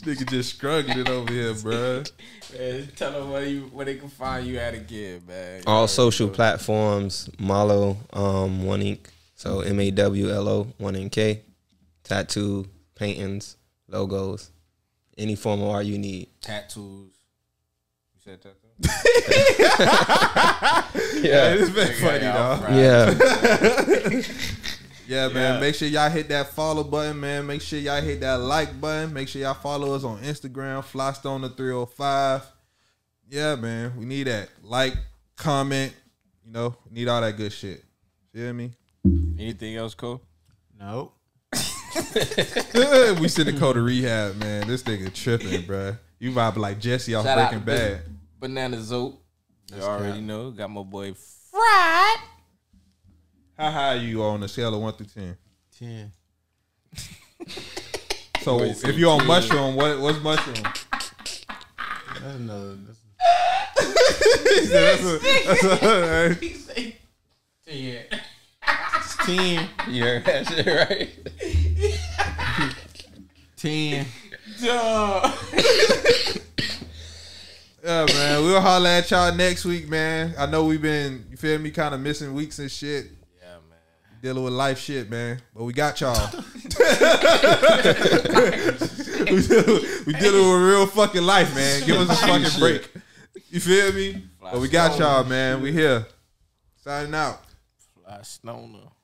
[SPEAKER 1] nigga just shrugging it over here, bruh.
[SPEAKER 3] Man, tell them where you where they can find you at again, man.
[SPEAKER 4] All social platforms, Malo, um, One Ink. So M A W L O, One Ink K. Tattoo, paintings, logos, any form of art you need.
[SPEAKER 3] tattoos. You said tattoo?
[SPEAKER 4] Yeah.
[SPEAKER 1] It's been funny,
[SPEAKER 3] y'all
[SPEAKER 1] dog.
[SPEAKER 3] fried.
[SPEAKER 4] Yeah.
[SPEAKER 1] Yeah, man.
[SPEAKER 3] Yeah.
[SPEAKER 1] Make sure y'all hit that follow button, man. Make sure y'all hit that like button. Make sure y'all follow us on Instagram, Flystone the 305. Yeah, man. We need that. Like, comment, you know, need all that good shit. Feel me?
[SPEAKER 3] Anything else cool?
[SPEAKER 2] No.
[SPEAKER 1] we sent a code to rehab, man. This nigga tripping, bruh. You vibe like Jesse off
[SPEAKER 3] Shout out
[SPEAKER 1] Breaking
[SPEAKER 3] to Big
[SPEAKER 1] Bad.
[SPEAKER 3] Banana Zoop. You already know. Got my boy. F-
[SPEAKER 1] How high are you on a scale of one through ten?
[SPEAKER 2] Ten.
[SPEAKER 1] So if you're on mushroom, what what's mushroom?
[SPEAKER 2] That's another. That's,
[SPEAKER 1] That's a- that's a-
[SPEAKER 3] yeah.
[SPEAKER 2] it's ten.
[SPEAKER 4] You heard that shit, right?
[SPEAKER 2] Ten.
[SPEAKER 1] yeah, man. We'll holler at y'all next week, man. I know we've been, you feel me, kind of missing weeks and shit,
[SPEAKER 3] Yeah, man.
[SPEAKER 1] dealing with life shit, man. But we got y'all. we, dealing, we dealing with real fucking life, man. Give us a fucking break. You feel me? But we got y'all, man. We here. Signing out.
[SPEAKER 3] Fly Stoner.